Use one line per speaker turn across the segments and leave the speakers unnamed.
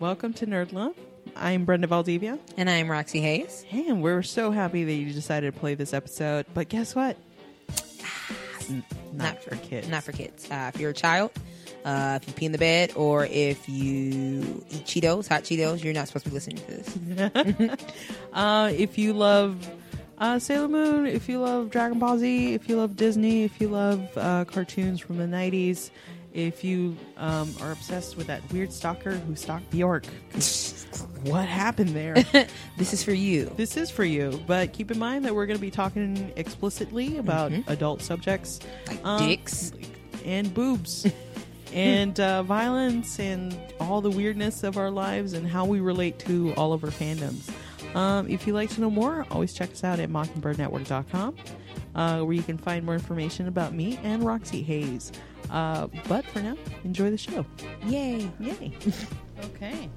Welcome to Nerd Lump. I'm Brenda Valdivia.
And I'm Roxy Hayes.
Hey, and we're so happy that you decided to play this episode. But guess what? N-
Not for kids. Uh, if you're a child, uh, if you pee in the bed, or if you eat Cheetos, hot Cheetos, you're not supposed to be listening to this.
Uh, if you love uh, Sailor Moon, if you love Dragon Ball Z, if you love Disney, if you love uh, cartoons from the 90s, if you um, are obsessed with that weird stalker who stalked Bjork, what happened there?
This is for you.
this is for you. But keep in mind that we're going to be talking explicitly about adult subjects
Like
Um,
dicks.
and boobs and uh, violence and all the weirdness of our lives and how we relate to all of our fandoms. Um, if you'd like to know more, always check us out at mockingbirdnetwork.com, uh, where you can find more information about me and Roxy Hayes. Uh, but for now, enjoy the show.
Yay.
Yay.
Okay.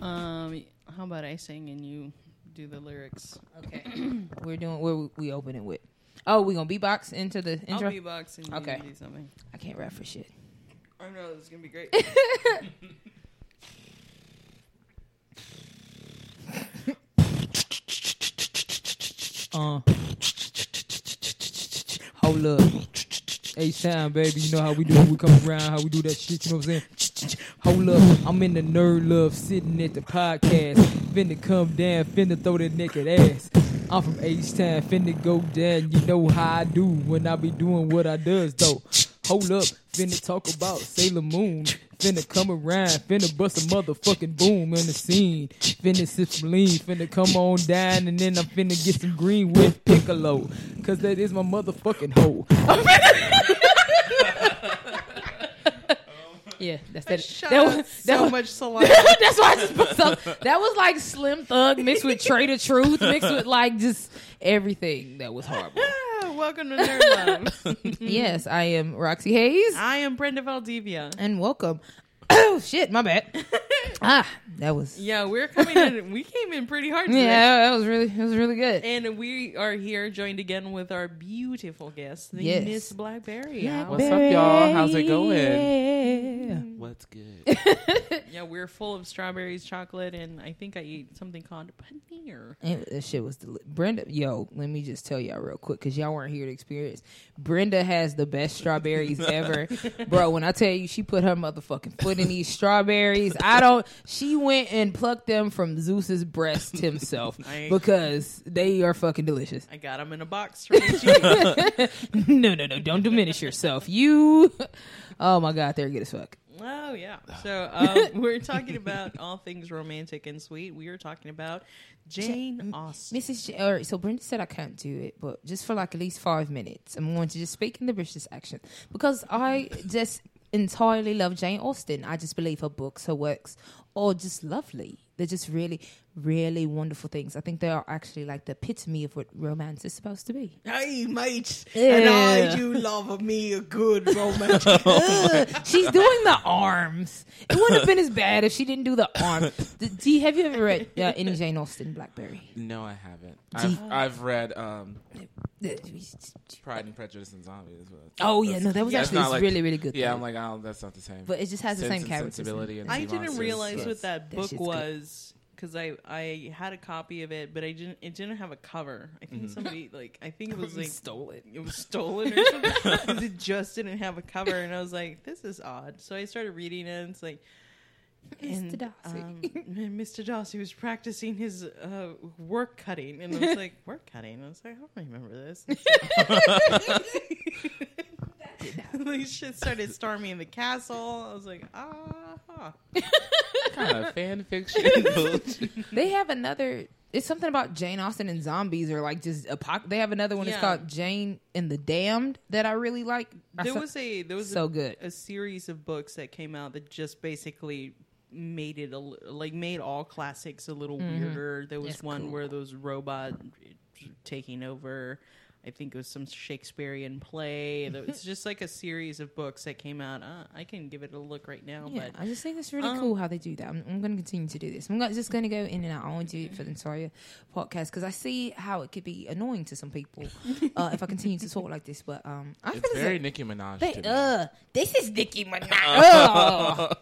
Um, how about I sing and you do the lyrics?
Okay. we're doing where we- we open it with. Oh, we gonna beatbox into the intro.
I'll beatbox and you
Okay.
do something.
I can't rap for shit.
I know this is gonna be great.
Uh. Hold up. Hey, sound, baby. You know how we do it. We come around, how we do that shit. You know what I'm saying? Hold up. I'm in the nerd love, sitting at the podcast. Finna come down, finna throw that naked ass. I'm from H Town, finna go down. You know how I do when I be doing what I does, though. Hold up. Finna talk about Sailor Moon. Finna come around, finna bust a motherfucking boom in the scene. Finna sip some lean, finna come on down, and then I'm finna get some green with Piccolo. Cause that is my motherfucking hoe. yeah, that's that.
Shut
that
up.
was, that
so
was,
much saliva.
that's why I just put some. That was like Slim Thug mixed with Trader Truth, mixed with like just everything that was horrible.
Welcome to Nerd Love.
yes, I am Roxy Hayes.
I am Brenda Valdivia.
and welcome. Oh shit, my bad. ah, that was
Yeah, we're coming in. We came in pretty hard today.
yeah, that was really it was really good.
And we are here joined again with our beautiful guest, the
Yes.
Miss Blackberry.
What's up, y'all? How's it going?
going?
What's good?
Yeah, we're full of strawberries, chocolate, and I think I ate something called paneer.
That shit was deli- Brenda. Yo, let me just tell y'all real quick because y'all weren't here to experience. Brenda has the best strawberries ever, bro. When I tell you, she put her motherfucking foot in these strawberries. I don't. She went and plucked them from Zeus's breast himself
I-
because they are fucking delicious.
I got them in a box for each of you.
no, no, no. Don't diminish yourself. You. Oh my God, they're good as fuck.
Oh, yeah. So uh, we're talking about all things romantic and sweet. We are talking about Jane Austen.
Mrs. J- all right, so Brenda said I can't do it, but just for like at least five minutes, I'm going to just speak in the British accent because I just entirely love Jane Austen. I just believe her books, her works are just lovely. They're just really, really wonderful things. I think they are actually like the epitome of what romance is supposed to be.
Hey, mate.
Yeah.
do love me a good romance.
She's doing the arms. It wouldn't have been as bad if she didn't do the arms. D- do you, have you ever read uh, any Jane Austen, Blackberry?
No, I haven't. I've, I've read um, Pride and Prejudice and Zombies. but-
Oh yeah, no, that was
that's
actually
not like-
really really good.
Yeah,
though.
I'm like, oh, that's not the same.
but it just has the
Sense
same
and
characters.
sensibility and
I
sea
didn't
monsters,
realize
but-
what that
That
book
shit's good.
was because I I had a copy of it, but I didn't. It didn't have a cover. I think somebody like I think it was like
stolen.
it was stolen or something. 'cause it just didn't have a cover, and I was like, this is odd. So I started reading it, and it's like.
Mr. Darcy.
um, Mr. Darcy was practicing his uh, work cutting, and I was like, "Work cutting." I was like, "I don't remember this." like, shit started storming in the castle. I was like, "Ah, huh."
kind of fan fiction. bullshit.
They have another. It's something about Jane Austen and zombies, or like just apoc. They have another one.
Yeah.
It's called Jane and the Damned that I really like. I
there
saw-
was a there was
so
a,
good.
a series of books that came out that just basically made it a, li- like made all classics a little weirder. There was
That's
one
Mm-hmm. cool.
where those robot taking over. I think it was some Shakespearean play. There- It's just like a series of books that came out. Uh, I can give it a look right now,
Yeah,
but
I just think it's really
um,
cool how they do that. I'm, I'm going to continue to do this. I'm go- just going to go in and out. I want to do it for the entire podcast because I see how it could be annoying to some people uh, if I continue to talk like this. But um, I feel
It's
as
very
if- uh,
Nicki Minaj.
They,
to me.
uh, this is Nicki Minaj. Ugh.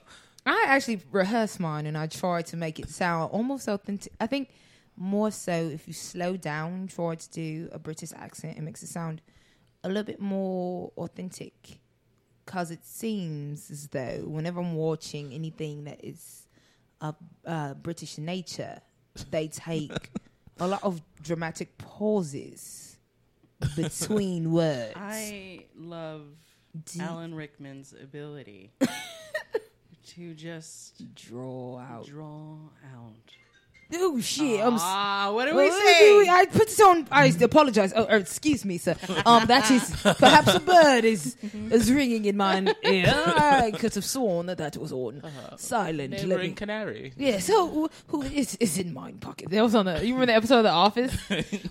I actually rehearsed mine and I tried to make it sound almost authentic. I think more so if you slow down, try to do a British accent, it makes it sound a little bit more authentic. Because it seems as though whenever I'm watching anything that is of uh, British nature, they take a lot of dramatic pauses between words.
I love
Do-
Alan Rickman's ability to just
draw out.
draw out.
Oh shit! Oh. I'm. s-
Ah, what do
Well,
we
well,
say?
I put this on. I apologize. Oh, er, excuse me, sir. Um, that is perhaps a bird is is ringing in mine ear. I could have sworn that that was on silent. Let
Neighboring
me-
canary.
Yeah, so who- who is is in my pocket? That was on the. You remember the episode of The Office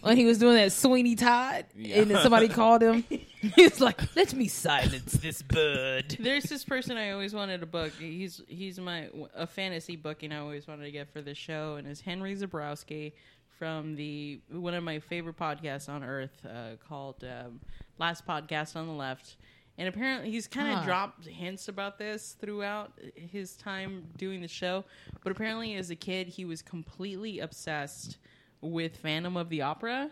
when he was doing that Sweeney Todd,
Yeah.
and then somebody called him. He was like, "Let me silence this bird."
There's this person I always wanted to book. He's he's my a fantasy booking I always wanted to get for the show, and it's Henry Zabrowski from the one of my favorite podcasts on earth uh, called um, Last Podcast on the Left. And apparently, he's kind of
Huh.
dropped hints about this throughout his time doing the show. But apparently, as a kid, he was completely obsessed with Phantom of the Opera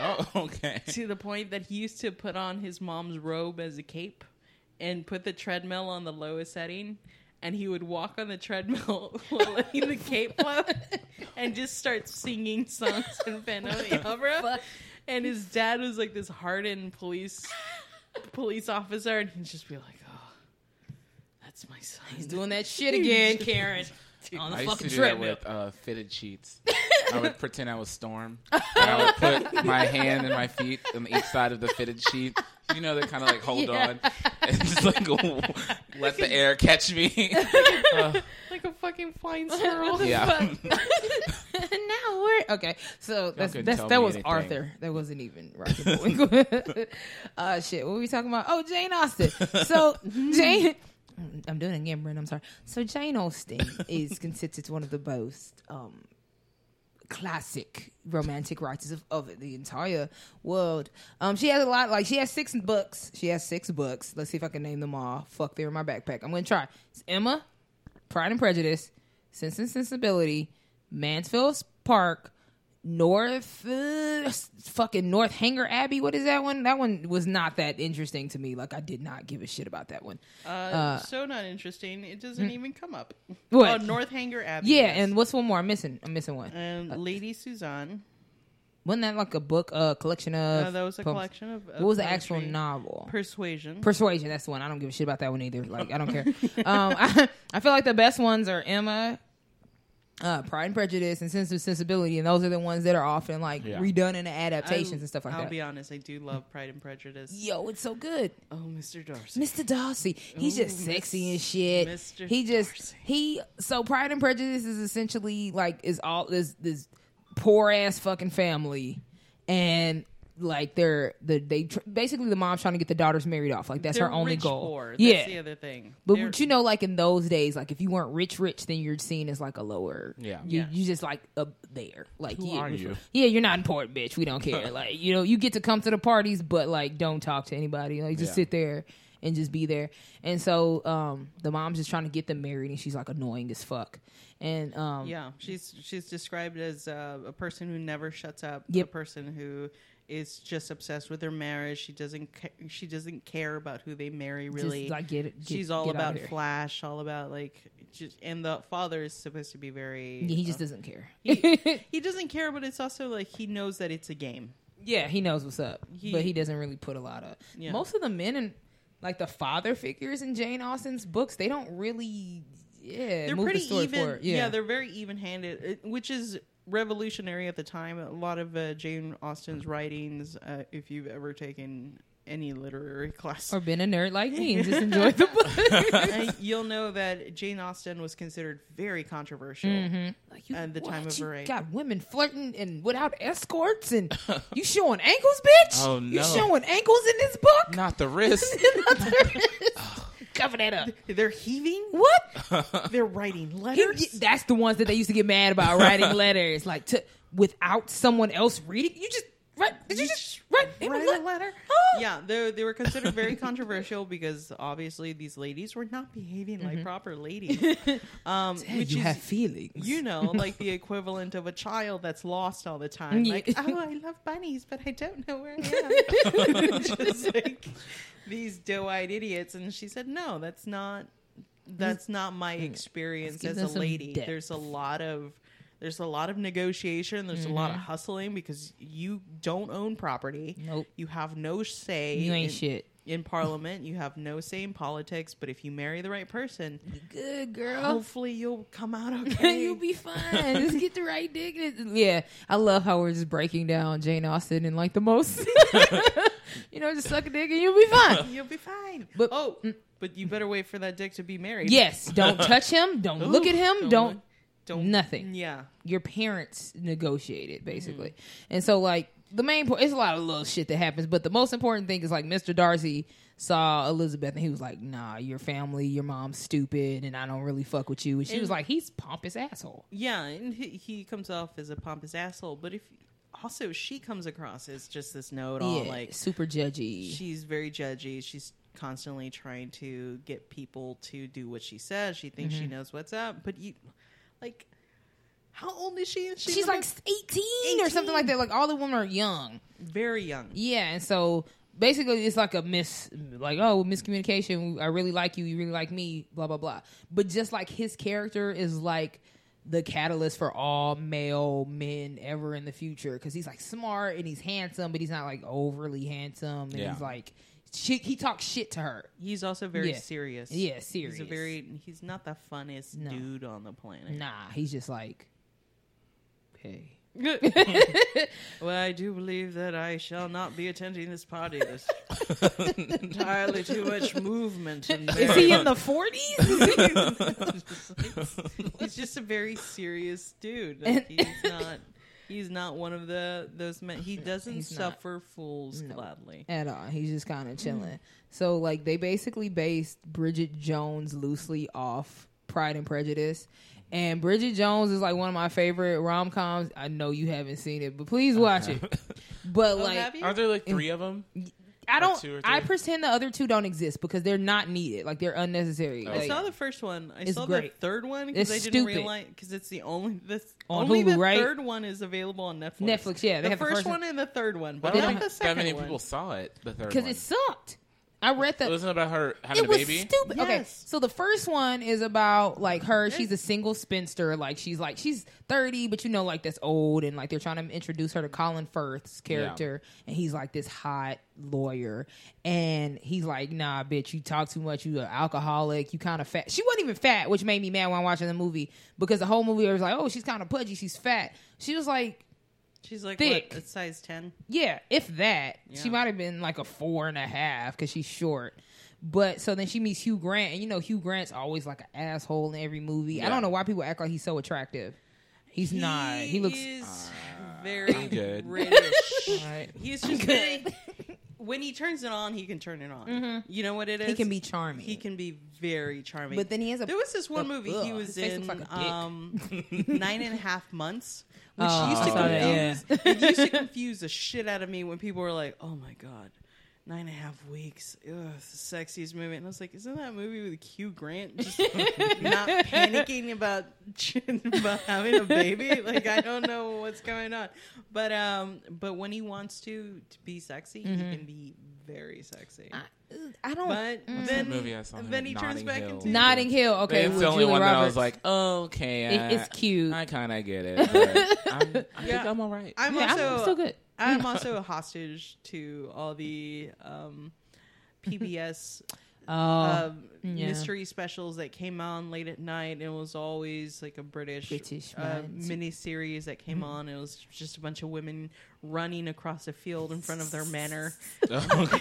Oh, okay.
to the point that he used to put on his mom's robe as a cape and put the treadmill on the lowest setting and he would walk on the treadmill while letting the cape float and just start singing songs in Phantom of the Opera. And his dad was like this hardened police police officer and he'd just be like, Oh, that's my son.
He's doing that shit again, Karen. On the
I used to
fucking
do that
treadmill.
with uh, fitted sheets. I would pretend I was Storm. And I would put my hand and my feet on each side of the fitted sheet. You know, they kind of like hold on and just like let the air catch me.
Like a fucking flying squirrel.
yeah.
now we're okay. So that's,
couldn't
that's
tell
that
me
was
anything.
Arthur. That wasn't even Rocky Boy. uh shit. What were we talking about? Oh, Jane Austen. So Jane I'm doing it again, Brent. I'm sorry. So Jane Austen is considered one of the most um classic romantic writers of, of the entire world. Um, she has a lot. Like she has six books. She has six books. Let's see if I can name them all. Fuck, they're in my backpack. I'm gonna try. It's Emma, Pride and Prejudice, Sense and Sensibility, Mansfield's Park, North, uh, s- fucking North Hanger Abbey. What is that one? That one was not that interesting to me. Like I did not give a shit about that one.
Uh, so not interesting. It doesn't even come up.
mm. What?
Oh, North Hanger Abbey.
Yeah, Uh,
yes.
and what's one more? I'm missing. I'm missing one.
Um, Lady Suzanne.
Wasn't that like a book, a collection of?
No, Uh, that was a
poems?
collection of. of
What was the
poetry.
actual novel?
Persuasion.
Persuasion. That's the one. I don't give a shit about that one either. Like I don't care. um, I, I feel like the best ones are Emma, uh, Pride and Prejudice, and Sense of Sensibility, and those are the ones that are often like
Yeah.
redone into adaptations
I-
and stuff like
I'll
that.
be honest, I do love Pride and Prejudice.
Yo, it's so good.
Oh, Mr. Darcy.
Mr. Darcy. He's just
Ooh,
sexy
Miss-
and shit.
Mr.
He just
Darcy.
he so Pride and Prejudice is essentially like is all this this poor ass fucking family and like they're the they tr- basically the mom's trying to get the daughters married off like that's
They're
her only
rich
goal.
poor. That's
yeah,
the other thing.
but
They're-
you know, like in those days, like if you weren't rich, rich, then you're seen as like a lower.
Yeah.
You,
Yeah.
you just like up there. Like
Who
yeah,
are
we-
you?
Yeah, you're not important, bitch. We don't care. like you know, you get to come to the parties, but like don't talk to anybody. Like just
Yeah.
sit there and just be there. And so um, the mom's just trying to get them married, and she's like annoying as fuck. And um,
yeah, she's she's described as uh, a person who never shuts up.
Yep.
A person who is just obsessed with her marriage. She doesn't ca- she doesn't care about who they marry. Really,
like, get it- get-
she's all
get out of
about
here.
flash. All about like, just, and the father is supposed to be very.
he just
uh,
doesn't care.
he, he doesn't care, but it's also like he knows that it's a game.
Yeah, he knows what's up,
He-
but he doesn't really put a lot of.
Yeah.
Most of the men and like the father figures in Jane Austen's books, they don't really. Yeah,
they're
move the
pretty
story
even.
forward.
yeah. they're very even-handed, uh, which is revolutionary at the time. A lot of uh, Jane Austen's writings, uh, if you've ever taken any literary class,
or been a nerd like me and just enjoyed the book.
uh, you'll know that Jane Austen was considered very controversial.
Like you,
At the time
what?
of
You
her age.
got women flirting and without escorts, and you showing ankles, bitch.
Oh,
You
no.
showing ankles in this book?
Not the wrist.
Cover that up.
They're heaving.
What?
They're writing
He-
letters.
that's the ones that they used to get mad about writing letters like to without someone else reading. You just right What? Did you just write him a Oh. letter?
yeah, they they were considered very controversial because obviously these ladies were not behaving
Mm-hmm.
like proper ladies. Um, which is,
feelings.
you know, like the equivalent of a child that's lost all the time.
Yeah.
Like, oh, I love bunnies, but I don't know where I am. Just like these doe-eyed idiots. And she said, no, that's not. That's not my experience
give
as
them
a
some
lady.
depth.
There's a lot of there's a lot of negotiation. There's a
Mm-hmm.
lot of hustling because you don't own property.
Nope.
You have no say.
You ain't
in-
shit.
in parliament. You have no say in politics. But if you marry the right person,
Good girl.
hopefully you'll come out okay.
You'll Oh, be fine. Just get the right dick. Yeah, I love how we're just breaking down Jane Austen and like the most. you know, just suck a dick and you'll be fine.
You'll be fine.
But- mm.
oh, but you better wait for that dick to be married.
Yes, don't touch him. Don't look at
don't
him. Don't,
look. Don't
nothing.
Yeah.
Your parents negotiated basically, and so like the main point, it's a lot of little shit that happens, but the most important thing is like Mr. Darcy saw Elizabeth and he was like, "Nah, your family, your mom's stupid, and I don't really fuck with you." And she was like, "He's pompous asshole."
Yeah, and he, he comes off as a pompous asshole, but if also she comes across as just this know-it-all,
yeah,
like
super judgy.
she's very judgy. She's constantly trying to get people to do what she says. She thinks
Mm-hmm.
she knows what's up, but you, like, how old is she? She's,
She's
about-
like 18, or something like that. Like all the women are young.
very young.
Yeah, and so basically it's like a miss like oh miscommunication i really like you you really like me blah blah blah but just like his character is like the catalyst for all male men ever in the future because he's like smart and he's handsome but he's not like overly handsome and
Yeah.
he's like she, he talks shit to her
He's also very
Yeah.
serious.
yeah serious
He's a very he's not the funnest
No.
dude on the planet.
nah he's just like hey
Well, I do believe that I shall not be attending this party. There's entirely too much movement. And
is he in the 40s
he's just a very serious dude. Like, he's not. He's not one of the those men. He doesn't
He's not.
suffer fools gladly.
at all. He's just kind of chilling. So like they basically based Bridget Jones loosely off Pride and Prejudice. And Bridget Jones is like one of my favorite rom coms. I know you haven't seen it, but please watch it. But
Oh,
like
have you?
Are there like three of them?
I don't
two or
I
three?
pretend the other two don't exist because they're not needed. Like they're unnecessary.
Oh,
I
Like,
saw the first one. I
Oh, It's
saw
great.
the third one
It's
because I didn't
stupid.
realize because it's the only this
On
only
Hulu,
the
right?
third one is available on Netflix.
Netflix, yeah, they
the,
have the
first
first one.
one and the third one,
I
but
don't
not
think
the
that
second
many
one.
people saw it. The third
because
one.
it sucked. I read the
it wasn't about her having
it
a
was
baby.
stupid. Okay,
Yes.
so the first one is about like her. She's a single spinster. Like she's like she's thirty, but you know, like that's old, and like they're trying to introduce her to Colin Firth's character, and he's like this hot lawyer, and he's like, "Nah, bitch, you talk too much. You an alcoholic. You kind of fat. She wasn't even fat, which made me mad when watching the movie because the whole movie I was like, oh, she's kind of pudgy. She's fat. She was like,
She's like
Thick.
what? A size ten.
yeah, if that, she
Yeah.
might have been like a four and a half because she's short. But so then she meets Hugh Grant, and you know Hugh Grant's always like an asshole in every movie. I
Yeah.
don't know why people act like he's so attractive. He's not. He looks.
is very
good.
British.
Alright.
He's just very, when he turns it on, he can turn it on. You know what it is?
Mm-hmm. He can be charming.
He can be very charming.
But then he has a-
There was this one
a-
movie he
ugh,
was
his face
in
looks like a dick.
um, nine and a half months, which
Oh,
used to
I saw
confuse.
that,
It used to confuse the shit out of me when people were like, "Oh my god." Nine and a half weeks. Ugh, it's the sexiest movie. And I was like, isn't that movie with Hugh Grant just not panicking about, about having a baby? Like, I don't know what's going on. But um, but when he wants to, to be sexy, he can be very sexy.
Mm-hmm. I Mm. don't.
But then,
the movie I saw him
then
in?
he turns
Notting
back
Hill.
into
Notting Hill. Okay,
it's
with
the only
Julia
one
Roberts.
that I was like, okay,
It- it's
I-
cute.
I kind of get it. but I'm, I
Yeah.
think I'm all right.
I'm
Yeah, I'm
also
still good.
I'm also a hostage to all the um, PBS
oh,
uh,
um,
yeah.
mystery specials that came on late at night. and It was always like a British,
British Mm-hmm.
uh,
minds.
mini series that came on. It was just a bunch of women running across a field in front of their manor.
that's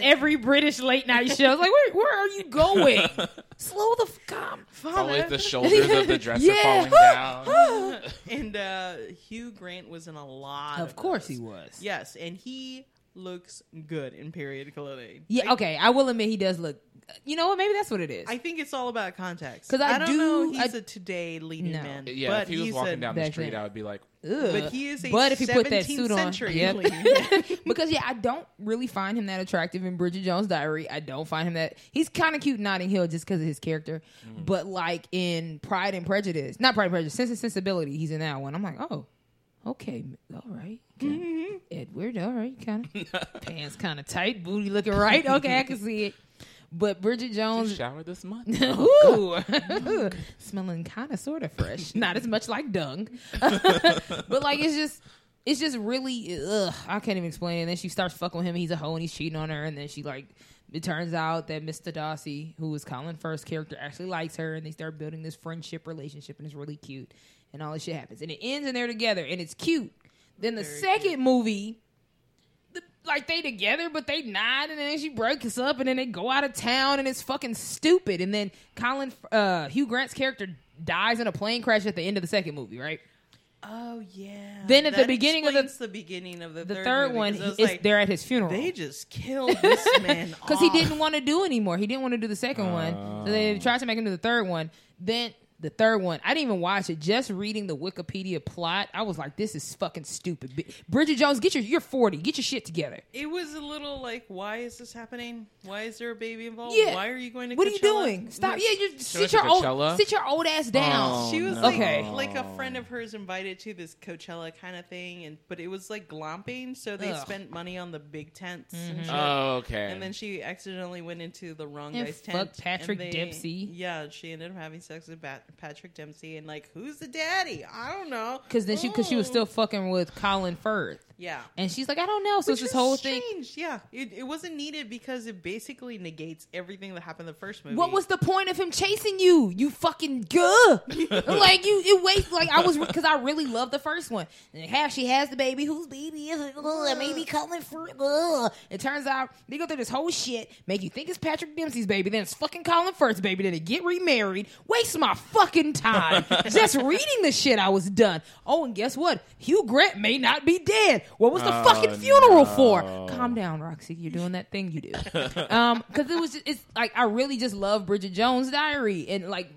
every British late night show. I was like, where, where are you going? Slow the fuck up.
Always the shoulders of the dresser
Yeah.
falling down.
and uh, Hugh Grant was in a lot.
Of course
those.
he was.
Yes, and he looks good in period clothing.
Yeah, okay. I will admit he does look. You know what? Maybe that's what it is.
I think it's all about context.
'Cause I
don't
do-
know he's
I-
a today leading
No.
man.
Yeah,
but
if he was
he's
walking
a-
down the
back
street,
then.
I would be like,
Ugh.
But he is a
But if he put that
17th
suit on,
century
yep.
leading man.
because yeah, I don't really find him that attractive in Bridget Jones' Diary. I don't find him that he's kind of cute in Notting Hill just because of his character,
Mm.
but like in Pride and Prejudice, not Pride and Prejudice, Sense and Sensibility, he's in that one. I'm like, oh, okay, all right,
Mm-hmm.
okay. Edward, all right, kind of pants kind of tight, booty looking right. Okay, I can see it. But Bridget
"You
Jones,
shower this month.
Ooh. smelling kind of sort of fresh not as much like dung but like it's just it's just really ugh, i can't even explain it. and then she starts fucking with him and he's a hoe and he's cheating on her and then she like it turns out that mr darcy who was colin first character actually likes her and they start building this friendship relationship and it's really cute and all this shit happens and it ends and they're together and it's cute then the second movie the- like they together, but they not, and then she breaks up, and then they go out of town, and it's fucking stupid. And then Colin, uh, Hugh Grant's character dies in a plane crash at the end of the second movie, right?
oh yeah.
Then at the
That
beginning of the-
explains the beginning of the,
The
third,
third,
movie,
one,
'cause I was
is
like,
there at his funeral
They Oh. just killed this man
because he didn't want to do anymore. He didn't want to do the second one, so
Oh.
they tried to make him do the third one. Then the third one, I didn't even watch it. Just reading the Wikipedia plot, I was like, "This is fucking stupid." Bi- Bridget Jones, get your you're forty, get your shit together.
It was a little like, why is this happening? Why is there a baby involved?
Yeah.
Why are you going to?
What are you
Coachella?
doing? Stop!
No,
Yeah, you
went
sit
to
your old
Coachella?
sit your old ass down.
Oh,
She was
no.
like,
Okay.
like a friend of hers invited to this Coachella kind of thing, and but it was like glomping, so they
Ugh.
spent money on the big tents and shit.
Oh, okay.
and then she accidentally went into the wrong
And
guy's
fucked
tent.
Patrick
and
Dempsey.
Yeah, she ended up having sex with Bat- Patrick Dempsey, and like, who's the daddy? I don't know.
Because then she, because she was
Ooh.
still fucking with Colin Firth,
yeah.
and she's like, I don't know. So
Which
it's this whole
is
thing.
strange. Yeah, it, it wasn't needed because it basically negates everything that happened in the first movie.
What was the point of him chasing you? You fucking good. like you, it waste. Like I was because I really loved the first one. And half she has the baby. Whose baby is it? Ugh, maybe Colin Firth. Ugh. It turns out they go through this whole shit, make you think it's Patrick Dempsey's baby, then it's fucking Colin Firth's baby. Then they get remarried. Waste my fucking time just reading the shit. I was done. Oh, and guess what? Hugh Grant may not be dead. What was the
Oh,
fucking funeral for?
no.
Calm down, Roxy. You're doing that thing you do. Um, because it was just, it's like I really just love Bridget Jones' Diary and like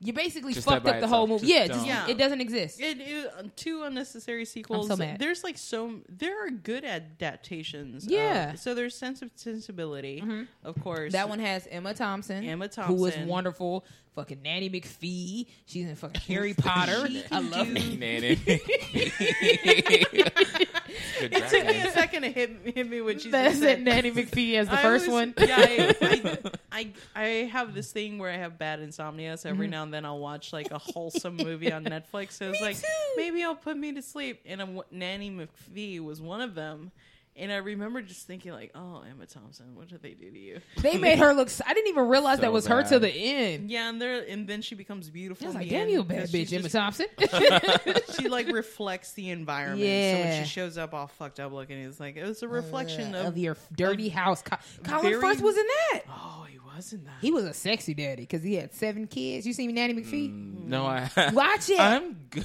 you basically
Just
fucked up
that by
the whole
itself.
movie.
Just
yeah, just,
don't.
Yeah.
it doesn't exist.
It, it uh, two unnecessary sequels.
I'm so mad.
There's like so there are good adaptations. of-
Yeah. Mm-hmm.
so there's Sense of Sensibility, of course.
That one has Emma Thompson,
Emma
who was
Thompson.
wonderful. Fucking Nanny McPhee, she's in fucking Harry Potter. I love Nanny.
Nanny. Good
It took me
driving.
a second to hit, hit me when she
That's it,
said
Nanny McPhee as the
I
first
was-
one.
Yeah, I, I, I, I have this thing where I have bad insomnia, so every now and then I'll watch like a wholesome movie on Netflix. So it's
Mm-hmm. Me
like
too.
maybe I'll put me to sleep. And I'm, Nanny McPhee was one of them. And I remember just thinking like, oh, Emma Thompson, what did they do to you?
They made her look. s- I didn't even realize
So
that was her till the
bad.
end.
Yeah, and there, and then she becomes beautiful.
I was
in
like,
the
damn,
end
you a bad
Oh, because she
bitch, Emma
just-
Thompson.
She like reflects the environment. So
Yeah. Uh,
when she shows up all fucked up looking, it's like it was a reflection of,
of your dirty house. Co- Colin
very-
Firth was in that.
Oh, he wasn't that.
He was a sexy daddy because he had seven kids. You see Nanny McPhee?
No, I.
Watch it.
Mm. I'm good.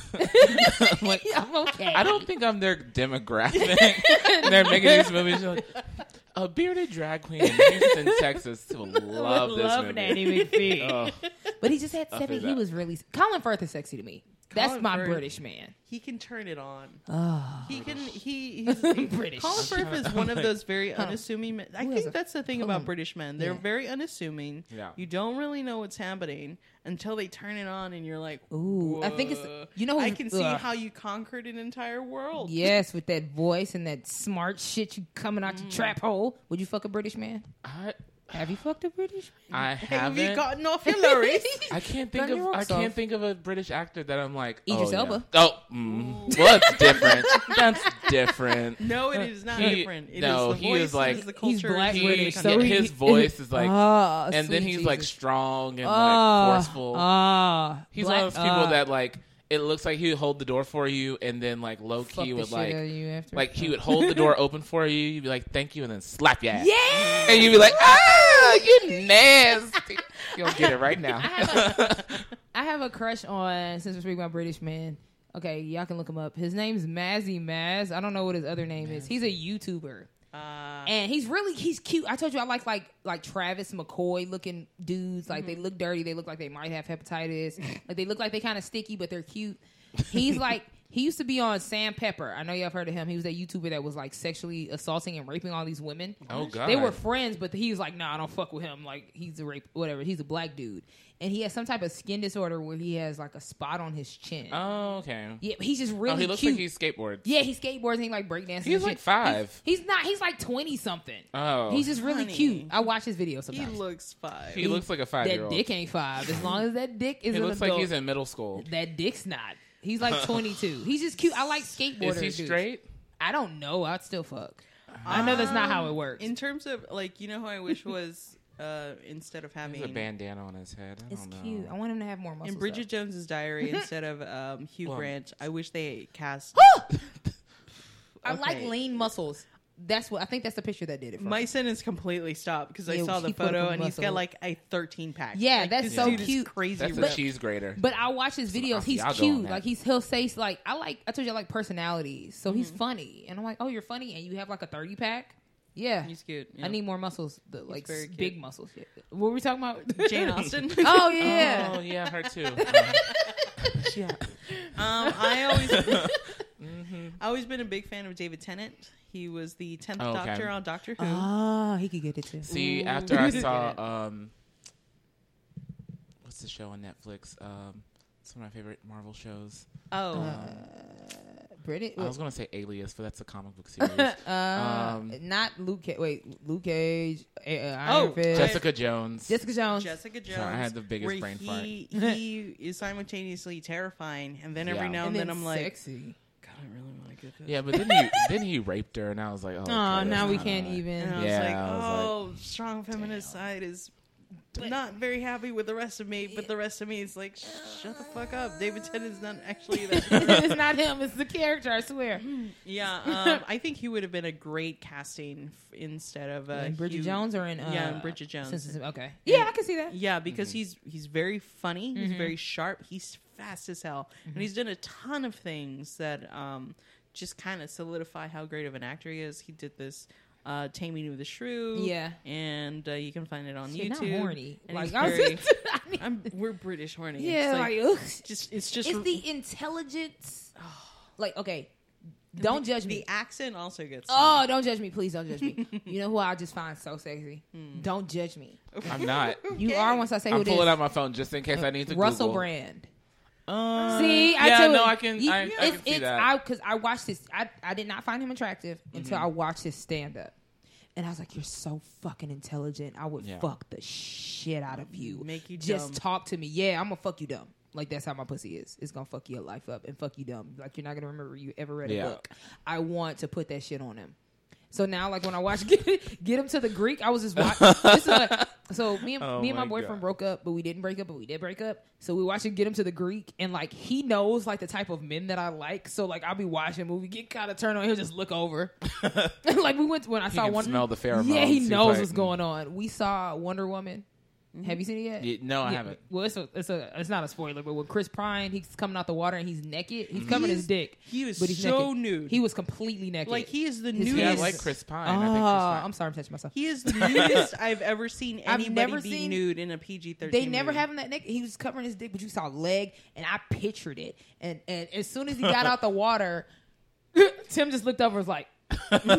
I'm like,
I'm okay.
I don't think I'm their demographic. They're making these movies. You're like, a bearded drag queen in Houston, Texas, will love this
love
movie.
Nanny McPhee.
Oh,
but he just had
I
seven.
feel
He
that.
was really Colin Firth is sexy to me. That's
Colin
my
Firth.
British man.
He can turn it on.
Oh.
He can. He. He's,
British.
Colin Firth is one of those very unassuming men. I
Who has a-
think that's the thing
on.
about British men. They're
Yeah.
very unassuming.
Yeah.
You don't really know what's happening until they turn it on, and you're like,
Ooh, I think it's-
"Whoa."
you know
I
who's-
can see
ugh.
how you conquered an entire world.
Yes, with that voice and that smart shit you coming out
Mm.
your trap hole. Would you fuck a British man?
I,
Have you fucked a British
I
Have you
haven't.
gotten off your lorries?
I can't think
Turn
of.
your
I
rocks
can't
off.
think of a British actor that I'm like.
Idris
oh, yeah.
Elba.
Oh, mm, well, that's different. That's different.
No, it is not
He-
different. It is
no,
the
he
voice,
is
it
like-
the
man? He's
culture.
black
he-
British.
yeah,
So he-
his voice is like-
Ah,
and then
sweet
he's like
Jesus.
strong and
Ah,
like forceful.
ah,
He's
black-
one of those people
ah,
that like it looks like he would hold the door for you, and then like low
fuck
key
the
would
shit
like
out of you after.
like he would hold the door open for you. You'd be like, "Thank you," and then slap your ass.
Yeah.
and you'd be like, "Ah, you nasty." You don't get it right now.
I have a crush on since we're speaking about British man. Okay, y'all can look him up. His name's Mazzy Maz. I don't know what his other name is. He's a YouTuber. and he's really he's cute. I told you I like like like Travis McCoy looking dudes. Like they look dirty. They look like they might have hepatitis. like they look like they kind of sticky, but they're cute. He's like he used to be on Sam Pepper. I know y'all have heard of him. He was that YouTuber that was like sexually assaulting and raping all these women.
Oh, God.
They were friends, but he was like, "Nah, I don't fuck with him. Like he's a rape, whatever. He's a black dude, and he has some type of skin disorder where he has like a spot on his chin.
Oh, okay.
yeah, he's just really
oh, he looks
cute.
like he skateboards.
Yeah, he skateboards and he like breakdances.
He's
and
like
shit.
five.
He's, he's not. He's like twenty something.
Oh.
he's just really
Honey.
cute. I watch his videos
He
sometimes.
looks five.
He looks like a five year
that
old.
dick ain't five. As long as that dick is
He
an
looks
adult,
like he's in middle school.
that dick's not. He's like twenty two. He's just cute. I like skateboarders.
Is he
dudes.
straight?
I don't know. I'd still fuck. I know that's not how it works.
Um, In terms of like, you know who I wish was uh, instead of
He has a
having
bandana on his head. I
It's
don't know.
cute. I want him to have more muscles.
in Bridget Jones's Diary instead of um, Hugh
Well-
Grant. I wish they cast.
though. I like
Okay.
lean muscles. That's what I think. That's the picture that did it. For
My
me.
sentence completely stopped because I
Yeah,
saw the
he put up
photo
a
and he's got
muscle.
like a 13 pack.
Yeah,
Like,
that's
this
so
dude is
cute.
crazy.
That's
rich.
a cheese grater.
But I watch his videos. He's
Asiago on
cute.
that.
Like he's he'll say like I like I told you I like personalities. So he's funny, and I'm like, oh, you're funny, and you have like a thirty pack. Yeah,
He's cute.
I need more muscles, the, like
very
s-
cute.
big muscles. Yeah. What were we talking about?
Jane Austen.
oh yeah,
Oh, yeah, her too.
Um, I always, I always been a big fan of David Tennant. He was the tenth
Oh, okay.
Doctor on Doctor Who.
ah, he could get it too.
See, after I saw um, what's the show on Netflix? Um, it's one of my favorite Marvel shows. Um,
oh,
Uh-uh. Bridget,
I was gonna say Alias, but that's a comic book series.
uh,
um,
not Luke. Ca- wait, Luke Cage. Uh, Iron
Oh,
Fist.
Jess-
Jessica Jones.
Jessica Jones.
Jessica Jones.
Sorry, I had the biggest
where
brain fart.
he, He is simultaneously terrifying, and then every
Yeah.
now and, then, I'm like,
sexy.
God, I really want to get this.
yeah, but then he then he raped her, and I was like, oh, okay,
Oh,
that's
now we
not
can't
alright.
even.
And I
Yeah,
was like,
I
oh,
was
strong feminist side is not very happy with the rest of me, but the rest of me is like, shut the fuck up. David Tennant's not actually that.
it's not him. It's the character. I swear.
yeah, um, I think he would have been a great casting f- instead of uh,
And Bridget
Hugh-
Jones or in uh,
yeah, and Bridget Jones.
Sense of- okay. Yeah, I can see that.
Yeah, because he's he's very funny.
Mm-hmm.
He's very sharp. He's fast as hell, and he's done a ton of things that um, just kind of solidify how great of an actor he is. He did this uh, Taming of the Shrew.
Yeah.
and uh, you can find it on
Shit,
YouTube.
not horny.
And
Like,
he's
I was
very-
just- I mean-
I'm, we're British horny.
yeah,
it's like,
like, ugh.
just it's just
it's the intelligence. Like, okay, don't judge me.
the accent also gets.
Oh, don't judge me, please. Don't judge me. you know who I just find so sexy?
Hmm.
Don't judge me.
I'm not.
You are once I say who
I'm
it is.
pulling out my phone just in case I need to
Russell
Google.
Brand.
Uh,
See, I
yeah,
tell
no,
you,
I can.
you-
I, I
it's-
can see
it's-
that. Mm-hmm.
I because I watched this. I I did not find him attractive until I watched his stand up. And I was like, "You're so fucking intelligent. I would
Yeah.
fuck the shit out of you.
Make you
just
dumb.
talk to me. Yeah, I'm gonna fuck you dumb. Like that's how my pussy is. It's gonna fuck your life up and fuck you dumb. Like you're not gonna remember you ever read
Yeah.
a book. I want to put that shit on him. So now, like when I watch get, get him to the Greek, I was just watching. this is a, so me and
Oh
me and my,
my
boyfriend
God.
broke up, but we didn't break up, but we did break up. So we watched him get him to the Greek, and like he knows like the type of men that I like. So like I'll be watching a movie, get kind of turned on, he'll just look over. like we went when I saw
can
one.
smell the pheromones.
Yeah, he
He's
knows
like,
what's
mm.
going on. We saw Wonder Woman. Have you seen it yet?
Yeah, no, I
Yeah,
haven't.
Well, it's a, it's a it's not a spoiler, but with Chris Pine, he's coming out the water and he's naked. He's covering his dick.
he was
but he's
so
naked.
nude.
He was completely naked.
like he is the
His
nudest.
Yeah, I
is-
like Chris Pine.
Oh,
I think Chris Pine.
I'm sorry, I'm touching myself.
He is the nudest I've ever seen
I've
anybody
never
be
seen-
nude in a PG-13.
They never
movie.
have him that naked. He was covering his dick, but you saw a leg, and I pictured it. And and as soon as he got out the water, Tim just looked over and was like, I was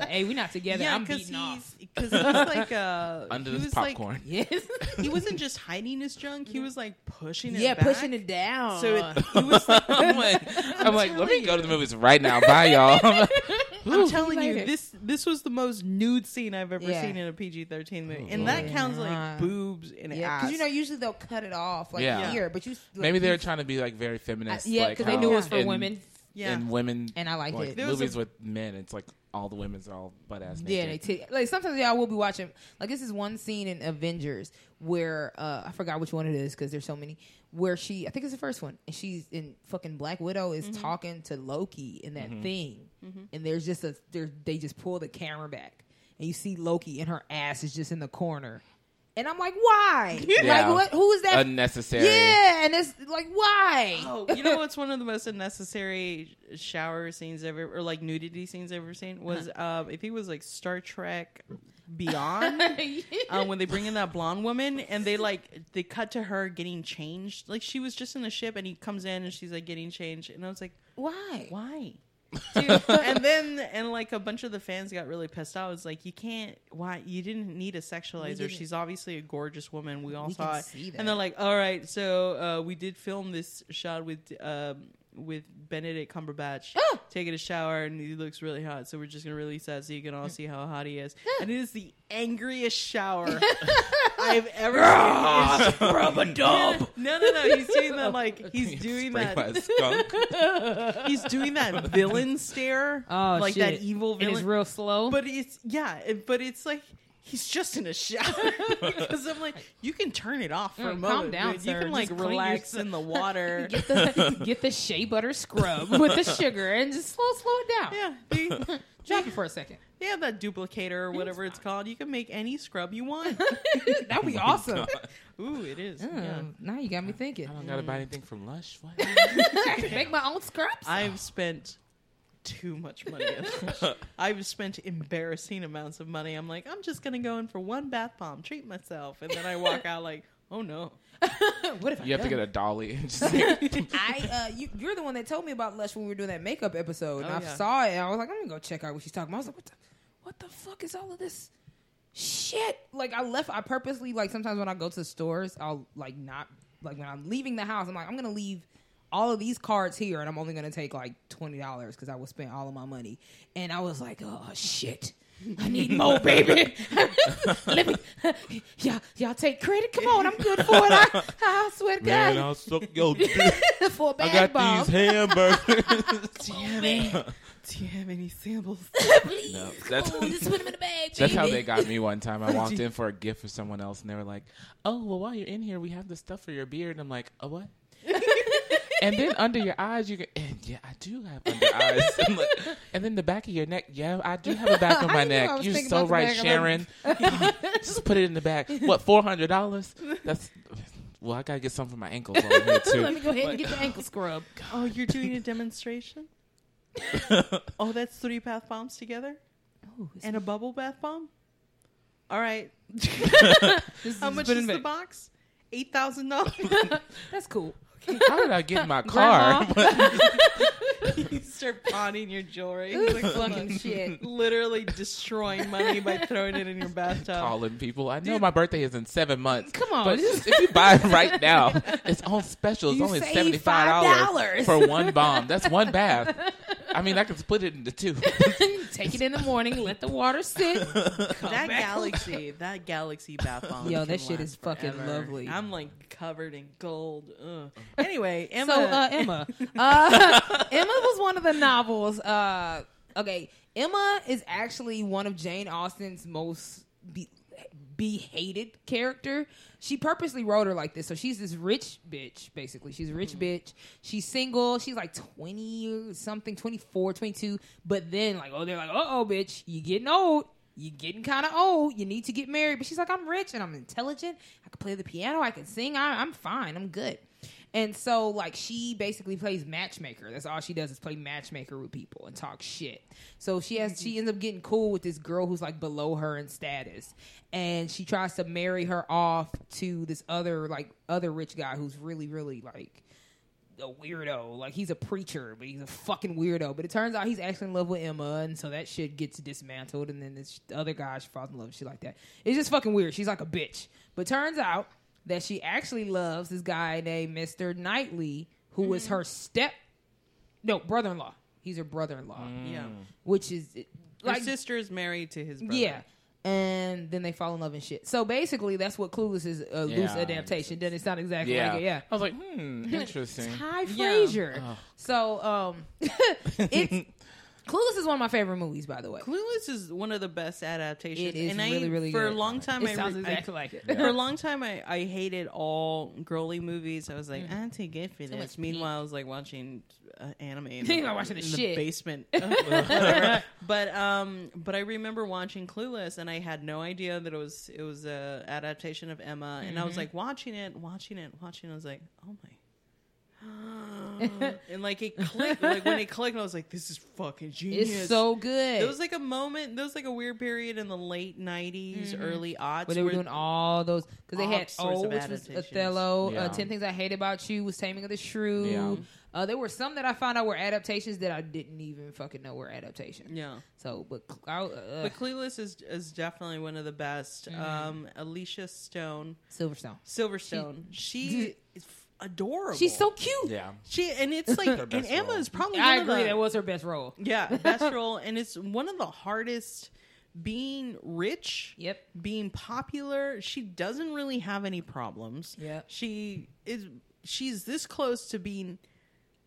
like, "Hey, we're not together.
Yeah,
I'm
because
beating
he's
off."
because he's like uh,
Under
he
this
was like-
popcorn.
Yes,
he wasn't just hiding his junk; he was like pushing it.
yeah,
back.
pushing it down.
So it, he was like,
I'm like, I'm like, let me go to the movies right now. Bye, y'all.
I'm telling you,
later.
this this was the most nude scene I've ever
Yeah.
seen in a PG-13 movie, and that counts
Yeah.
like boobs and
yeah,
ass.
because you know usually they'll cut it off like
Yeah.
here, but you like,
Maybe they
you-
were trying to be like very feminist.
yeah,
like
because
um,
they
how
knew it was for
in-
women.
Yeah.
in women,
And I liked
like
it.
There was
movies
a-
with men. It's like all the women's are all butt ass.
Yeah, they take like sometimes y'all will be watching. Like this is one scene in Avengers where uh, I forgot which one it is because there's so many. Where she, I think it's the first one, and she's in fucking Black Widow is
Mm-hmm.
talking to Loki in that thing, and there's just a there they just pull the camera back and you see Loki and her ass is just in the corner. And I'm like, why?
Yeah.
Like, what? Who is that?
unnecessary.
yeah, and it's like, why?
Oh, you know what's one of the most unnecessary shower scenes ever, or like nudity scenes I've ever seen was um, I think it was like Star Trek Beyond um, when they bring in that blonde woman and they like they cut to her getting changed. Like she was just in a ship and he comes in and she's like getting changed, and I was like,
why?
why?
Dude.
and then and like a bunch of the fans got really pissed off. It's like you can't why you didn't need to sexualize her.
didn't.
She's obviously a gorgeous woman. We all
We
saw
can
it.
see
And they're
that.
like, all right, so uh, we did film this shot with um, with Benedict Cumberbatch
Ah!
taking a shower, and he looks really hot. So we're just gonna release that so you can all see how hot he is. and it is the angriest shower I've ever seen. It's-
Rub a dub.
No, no, no. He's doing that like he's doing that he's doing that villain stare,
Oh,
like
shit.
that evil
And it's
villain.
real slow.
but it's yeah, it- but it's like he's just in a shower. Because I'm like, you can turn it off for a
Mm, calm
moment.
down,
dude. You
sir.
can like
Just clean
relax
yourself.
in the water.
Get the get the shea butter scrub with the sugar and just slow slow it down.
yeah, dude.
Drop it for a second.
They have that duplicator or whatever it's called. You can make any scrub you want.
That'd
Oh
be awesome.
Ooh, it is.
Mm,
Yeah.
Now you got me thinking.
I don't gotta buy anything from Lush. What?
I can make my own scrubs.
I've spent too much money. on this. I've spent embarrassing amounts of money. I'm like, I'm just gonna go in for one bath bomb, treat myself, and then I walk out like, oh no.
what if I
You have to
done
get a dolly. and Just like,
I uh, you, you're the one that told me about Lush when we were doing that makeup episode, and
Oh,
I
yeah.
saw it. and I was like, I'm gonna go check out what she's talking about. I was like, what the, what the fuck is all of this shit? Like, I left. I purposely like sometimes when I go to stores, I'll like not like when I'm leaving the house, I'm like, I'm gonna leave all of these cards here, and I'm only gonna take like twenty dollars because I will spend all of my money. And I was like, oh shit. I need more, baby. Let me, y'all, y'all take credit. Come on, I'm good for it. I, I swear to God,
suck your dick.
for a bag bomb.
hamburgers.
Do you have any samples?
no, that's,
just put them in a bag.
that's how they got me one time. I walked in for a gift for someone else, and they were like, "Oh, well, while you're in here, we have this stuff for your beard." I'm like, "Oh, what?" and then under your eyes, you can. And yeah, I do have under eyes. I'm like, and then the back of your neck. Yeah, I do have a back on
I
my
knew I
neck.
was
You're
thinking
so
about the
right,
back of my-
Sharon. Just put it in the back. What four hundred dollars? That's well, I gotta get some for my ankles over here too.
Let me go ahead and get the ankle scrub.
oh, you're doing a demonstration? oh, that's three bath bombs together? And a bubble bath bomb? All right. How much is the box? $8,000.
That's cool.
How did I get in my car?
you start pawning your jewelry.
Ooh,
Like,
fucking shit.
literally destroying money by throwing it in your bathtub.
calling people. I know my birthday is in seven months.
Come on,
but
this is-
if you buy it right now, it's on special. It's
You
only
save
seventy five
$5.
dollars for one bomb. That's one bath. I mean, I could split it into two.
Take it in the morning. Let the water sit.
That galaxy, that galaxy bath bomb.
Yo,
can
that shit
last
is fucking
forever.
lovely.
I'm like covered in gold. Ugh. Anyway, Emma.
So uh, Emma, uh, Emma was one of the novels. Uh, okay, Emma is actually one of Jane Austen's most be, be hated character. She purposely wrote her like this, so she's this rich bitch. Basically, she's a rich bitch. She's single. She's like twenty or something, 24, 22. But then, like, oh, they're like, uh oh, bitch, you getting old. You getting kind of old. You need to get married. But she's like, I'm rich and I'm intelligent. I can play the piano. I can sing. I, I'm fine. I'm good. And so, like, she basically plays matchmaker. That's all she does is play matchmaker with people and talk shit. So she has she ends up getting cool with this girl who's like below her in status, and she tries to marry her off to this other like other rich guy who's really really like a weirdo. Like he's a preacher, but he's a fucking weirdo. But it turns out he's actually in love with Emma, and so that shit gets dismantled. And then this other guy she falls in love, with shit like that. It's just fucking weird. She's like a bitch. But turns out that she actually loves this guy named Mister Knightley, who was her step, no brother in law. He's her brother in law,
yeah.
which is
Mm-hmm. Her
like
sister is married to his brother.
yeah. And then they fall in love and shit. So basically, that's what Clueless is a loose
Yeah.
adaptation. Doesn't it sound exactly
yeah,
like it? Yeah.
I was like, hmm, interesting.
Ty
Yeah.
Frazier. So um, it's Clueless is one of my favorite movies, by the way.
Clueless is one of the best adaptations.
It is
and I,
really, really
for
good.
a long time,
It
I,
sounds
re-
exactly like it.
I- for a long time, I, I hated all girly movies. I was like, I'm too good for
Mm-hmm. much
this.
pink.
Meanwhile, I was like watching uh, anime. In
You're not watching
in
the shit.
basement. Whatever. but um, but I remember watching Clueless, and I had no idea that it was it was a adaptation of Emma. And
Mm-hmm.
I was like watching it, watching it, watching. it. I was like, oh my. and like it clicked, like when it clicked, I was like, "This is fucking
It's
genius."
so good.
There was like a moment. There was like a weird period in the late '90s, early aughts.
where Mm-hmm. they were
where-
doing all those because they
all
had
sorts
oh,
of
which was
adaptations.
Othello, uh,
Yeah.
Ten Things I Hate About You, was Taming of the Shrew.
Yeah.
Uh, there were some that I found out were adaptations that I didn't even fucking know were adaptations.
yeah.
So, but Cl- I, uh,
But Clueless is is definitely one of the best.
Mm-hmm.
Um, Alicia Stone,
Silverstone.
Silverstone, she, is f- adorable.
She's so cute.
Yeah.
she, and it's like,
Her
and
best
Emma
role.
is probably.
I
one of
agree.
the-
That was her best role.
Yeah, best role, and it's one of the hardest. Being rich,
Yep.
Being popular, she doesn't really have any problems.
Yep.
she is. She's this close to being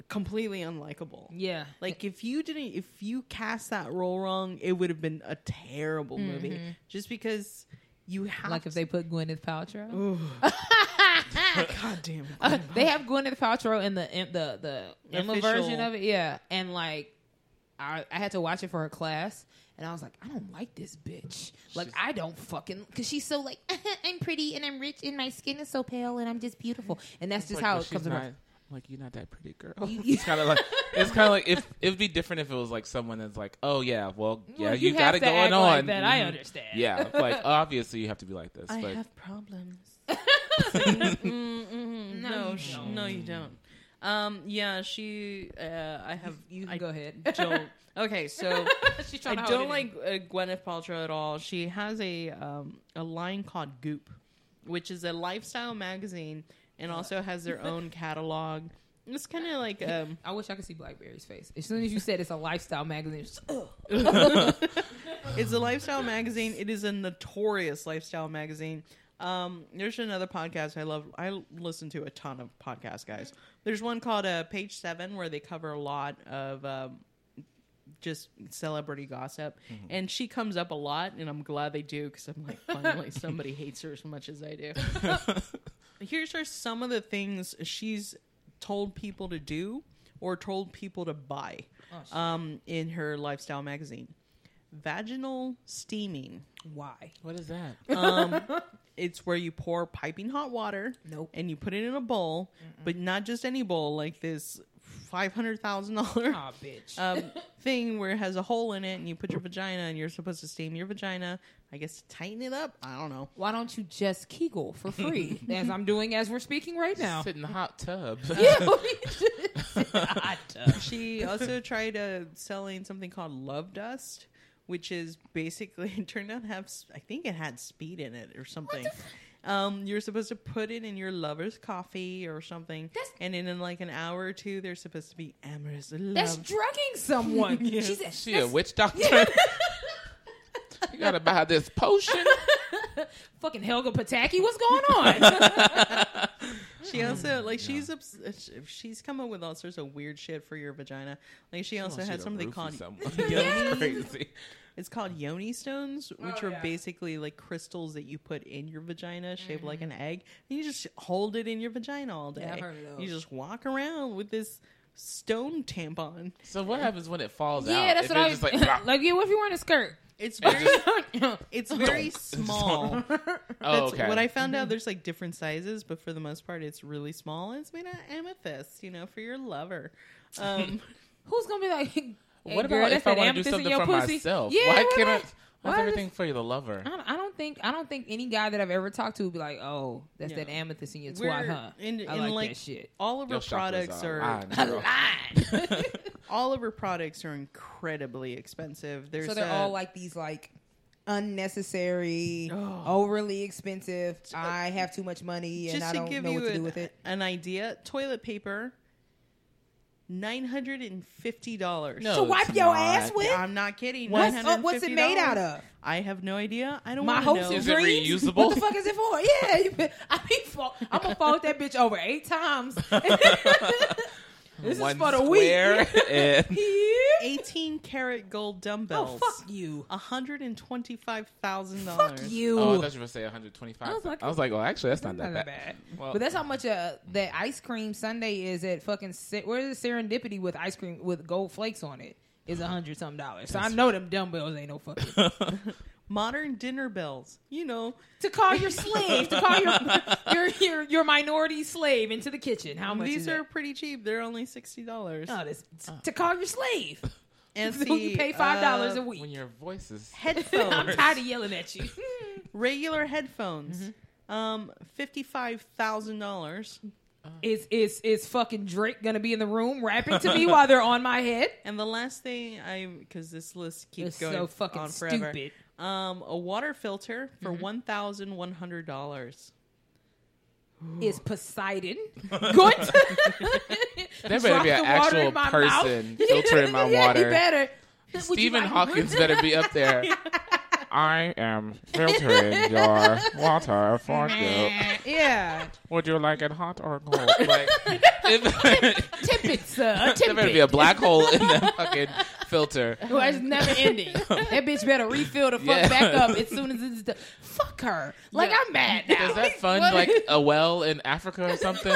completely unlikable.
Yeah.
Like if you didn't, if you cast that role wrong, it would have been a terrible movie.
Mm-hmm.
Just because you have,
Like if they put Gwyneth Paltrow. Uh,
God damn it,
they have Gwyneth Paltrow in the in the the Emma
Official.
version of it, yeah. And like, I I had to watch it for a class, and I was like, I don't like this bitch. Like, I don't fucking because she's so like, I'm pretty and I'm rich and my skin is so pale and I'm just beautiful, and that's just
Like,
how
well,
it
she's
comes
not-
across.
Like you're not that pretty girl. it's kind of like it's kind of like if it'd be different if it was like someone that's like, oh yeah, well yeah,
Well,
you,
have
got it
to
going
act
on.
Like that I
Mhm.
understand.
Yeah, like obviously you have to be like this.
I
but
have problems.
No,
no,
you
sh-
don't.
no, you don't. Um, yeah, she. Uh, I have.
You can
I
go ahead.
don't. Okay, so
She's
I
trying to hold it
don't
in.
like uh, Gwyneth Paltrow at all. She has a um, a line called Goop, which is a lifestyle magazine, and also has their own catalog. It's kind of like um,
I wish I could see Blackberry's face. As soon as you said it's a lifestyle magazine, it's just, ugh.
It's a lifestyle magazine. It is a notorious lifestyle magazine. Um, there's another podcast I love. I listen to a ton of podcasts, guys. There's one called uh, Page Seven where they cover a lot of um, just celebrity gossip, and she comes up a lot. And I'm glad they do because I'm like, finally, somebody hates her as much as I do. Here's are some of the things she's told people to do or told people to buy um, in her lifestyle magazine vaginal steaming.
why?
what is that?
It's where you pour piping hot water
Nope.
and you put it in a bowl, but not just any bowl, like this $500,000
Aw, bitch.
um, thing where it has a hole in it and you put your vagina and you're supposed to steam your vagina, I guess, to tighten it up. I don't know.
why don't you just Kegel for free, as I'm doing as we're speaking right now?
Sit in the hot tub.
She also tried uh, selling something called Love Dust. Which is basically it turned out to have s- I think it had speed in it or something. Um, you're supposed to put it in your lover's coffee or something,
That's-
and then in like an hour or two, they're supposed to be amorous. Love.
That's drugging someone. She's a,
she a witch doctor. you gotta buy this potion.
fucking Helga Pataki. What's going on?
She also like she's obs- uh, sh- she's come up with all sorts of weird shit for your vagina. Like she also
She
had
a
something
roofie
called
someone. Yeah, that's crazy.
it's called yoni stones, which
Oh,
are
yeah.
basically like crystals that you put in your vagina, shaped like an egg. And you just hold it in your vagina all day.
Yeah, I've Mm-hmm. heard of
You
those.
just walk around with this stone tampon.
So what happens when it falls out?
yeah, that's
If
what I
it's
was
just
like.
like.
like yeah, what if you wearing a skirt?
It's very it's very small.
oh,
That's
okay.
what I found
Mm-hmm.
out. There's like different sizes, but for the most part, it's really small. and It's made of amethyst, you know, for your lover. Um,
Who's gonna be like? Hey,
What about
girl, that's
if I
that
want to
amethyst
do
in
something
your
for
pussy?
myself?
Yeah,
why
what
can't I?
about- why
What's
does-
everything for you, the lover?
I don't, I don't think I don't think any guy that I've ever talked to would be like, oh, that's
Yeah.
that amethyst in your
we're
twat, huh?
in,
I
in,
like,
like
that shit.
all of
Your
our products are all of our products are incredibly expensive. There's
So they're
a-
all like these like unnecessary,
Oh.
overly expensive. I have too much money and I don't know what to
an,
do with it.
an idea, toilet paper, nine hundred and fifty dollars.
No,
to wipe
Oh, it's
your
not.
ass with?
I'm not kidding.
What's- uh, what's it made out
$950?
of?
I have no idea. I don't
My
want
hopes
to know.
and
Is it
dreams.
reusable?
What the fuck is it for? Yeah, you, been- I mean, fo- I'm gonna fold that bitch over eight times. this
One
is for the
square
week.
and
Yeah.
18 karat gold
Oh,
dumbbells.
fuck you.
hundred and twenty-five thousand
Fuck
dollars.
you.
Oh, I thought you were gonna say 125.
I was like-
I was like, well, actually, that's not that bad. Well,
but that's how much uh, that ice cream Sunday is at fucking. Se- Where is the serendipity with ice cream with gold flakes on it? Is a hundred something dollars. So I know them dumbbells ain't no fucking
Modern dinner bells. You know,
to call your slave to call your your your, your minority slave into the kitchen. How much?
these
is
are
That?
pretty cheap. They're only sixty dollars.
No, this, to call your slave.
and
So you pay
uh,
five dollars a
when
week.
your voice is
I'm
Headphones,
tired of yelling at you.
regular headphones,
Mm-hmm.
um, fifty-five thousand dollars,
is is is fucking Drake gonna be in the room rapping to me while they're on my head?
and the last thing I because this list keeps
It's
going
so fucking
on forever.
stupid. Mm-hmm.
Um, a water filter for thousand one hundred dollars.
Is Poseidon good?
There better be an actual person filtering my water.
better. Would you
Stephen
like-
Hawkins better be up there. I am filtering your water for you.
Yeah,
Would you like it hot or cold? Like, if,
tippet, sir. A
there better be
tippet.
a black hole in that fucking filter.
Well, it's never ending. that bitch better refill the fuck
Yeah.
back up as soon as it's done. Fuck her. Like I'm mad now.
Is that fun?
What-
Like a well in Africa or something?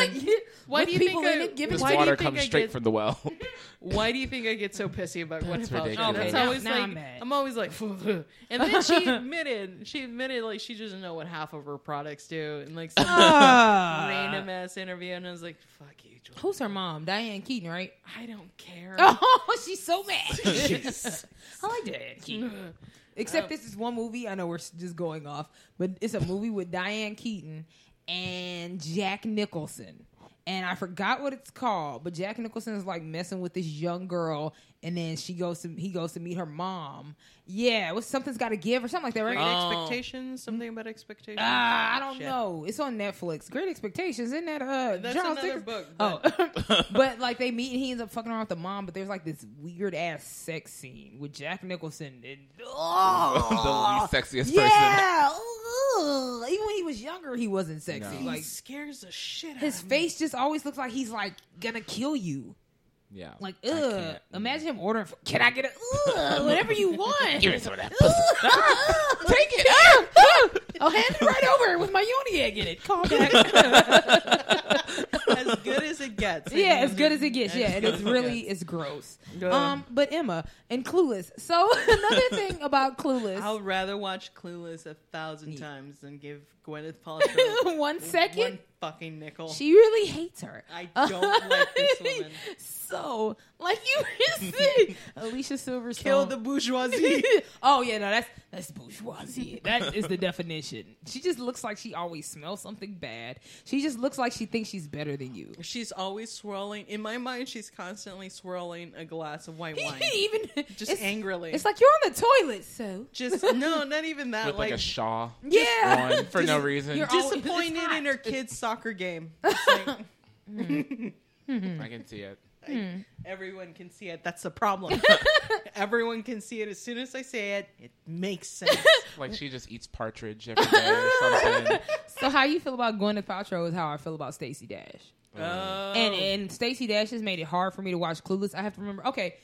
Why do you people in it, give it
This
to me.
water comes straight from the well.
Why do you think I get so pissy about Gwyneth
That's
Paltrow?
ridiculous.
That's
Now-
always
now
like
I'm
I'm,
mad.
always like, and then she admitted she admitted like she doesn't know what half of her products do, and like some
Ah.
random ass interview, and I was like, fuck you, Joel.
Who's her mom? Diane Keaton, right?
I don't care.
Oh, she's so mad.
She's-
I like Diane Keaton. Except this is one movie. I know we're just going off, but it's a movie with Diane Keaton and Jack Nicholson. And I forgot what it's called, but Jack Nicholson is like messing with this young girl, and then she goes to he goes to meet her mom. Yeah, it was something's got to give or something like that, right?
Great
Uh,
expectations. Something about expectations.
Ah, I don't
Oh. Shit.
know. It's on Netflix. Great Expectations, isn't that? Uh,
That's
Charles
another
Dickens?
book. but-
Oh, but like they meet and he ends up fucking around with the mom, but there's like this weird ass sex scene with Jack Nicholson and oh,
the least sexiest person.
yeah, ugh. even when he was younger, he wasn't sexy.
No.
he
Like
scares the shit out
his
of
face just always looks like he's like gonna kill you.
Yeah.
Like
I can't.
ugh, imagine him ordering. For, Can I get a ugh, whatever you want?
Give me some of that.
Ugh, ugh, Take it. Ah, ah. I'll hand it right over with my yoni egg in it. Calm down.
me. As good as it gets.
yeah, as good as it gets. Yeah, and
good
it's
as it
really it's gross.
Go
Um, but Emma and Clueless. So another thing about Clueless.
I'll rather watch Clueless a thousand times than give Gwyneth Paltrow
one second,
one fucking nickel.
she really hates her.
I don't like this woman.
So, like you said, Alicia Silverstone.
Kill the bourgeoisie.
oh yeah, no, that's that's bourgeoisie. That is the definition. She just looks like she always smells something bad. She just looks like she thinks she's better than you.
she's always swirling. In my mind, she's constantly swirling a glass of white wine.
Even
Just
it's-
angrily.
It's like you're on the toilet, so
just no, not even that.
With like, a Shaw
uh, yeah.
on for no reason.
you're all-
disappointed
It's hot.
in her kids' soccer game. It's like,
I can see it.
everyone can see it. That's the problem. everyone can see it. As soon as I say it, it makes sense.
Like she just eats partridge every day or something.
So how you feel about Gwyneth Paltrow is how I feel about Stacey Dash.
Oh.
And
Um,
and Stacey Dash has made it hard for me to watch Clueless. I have to remember, okay,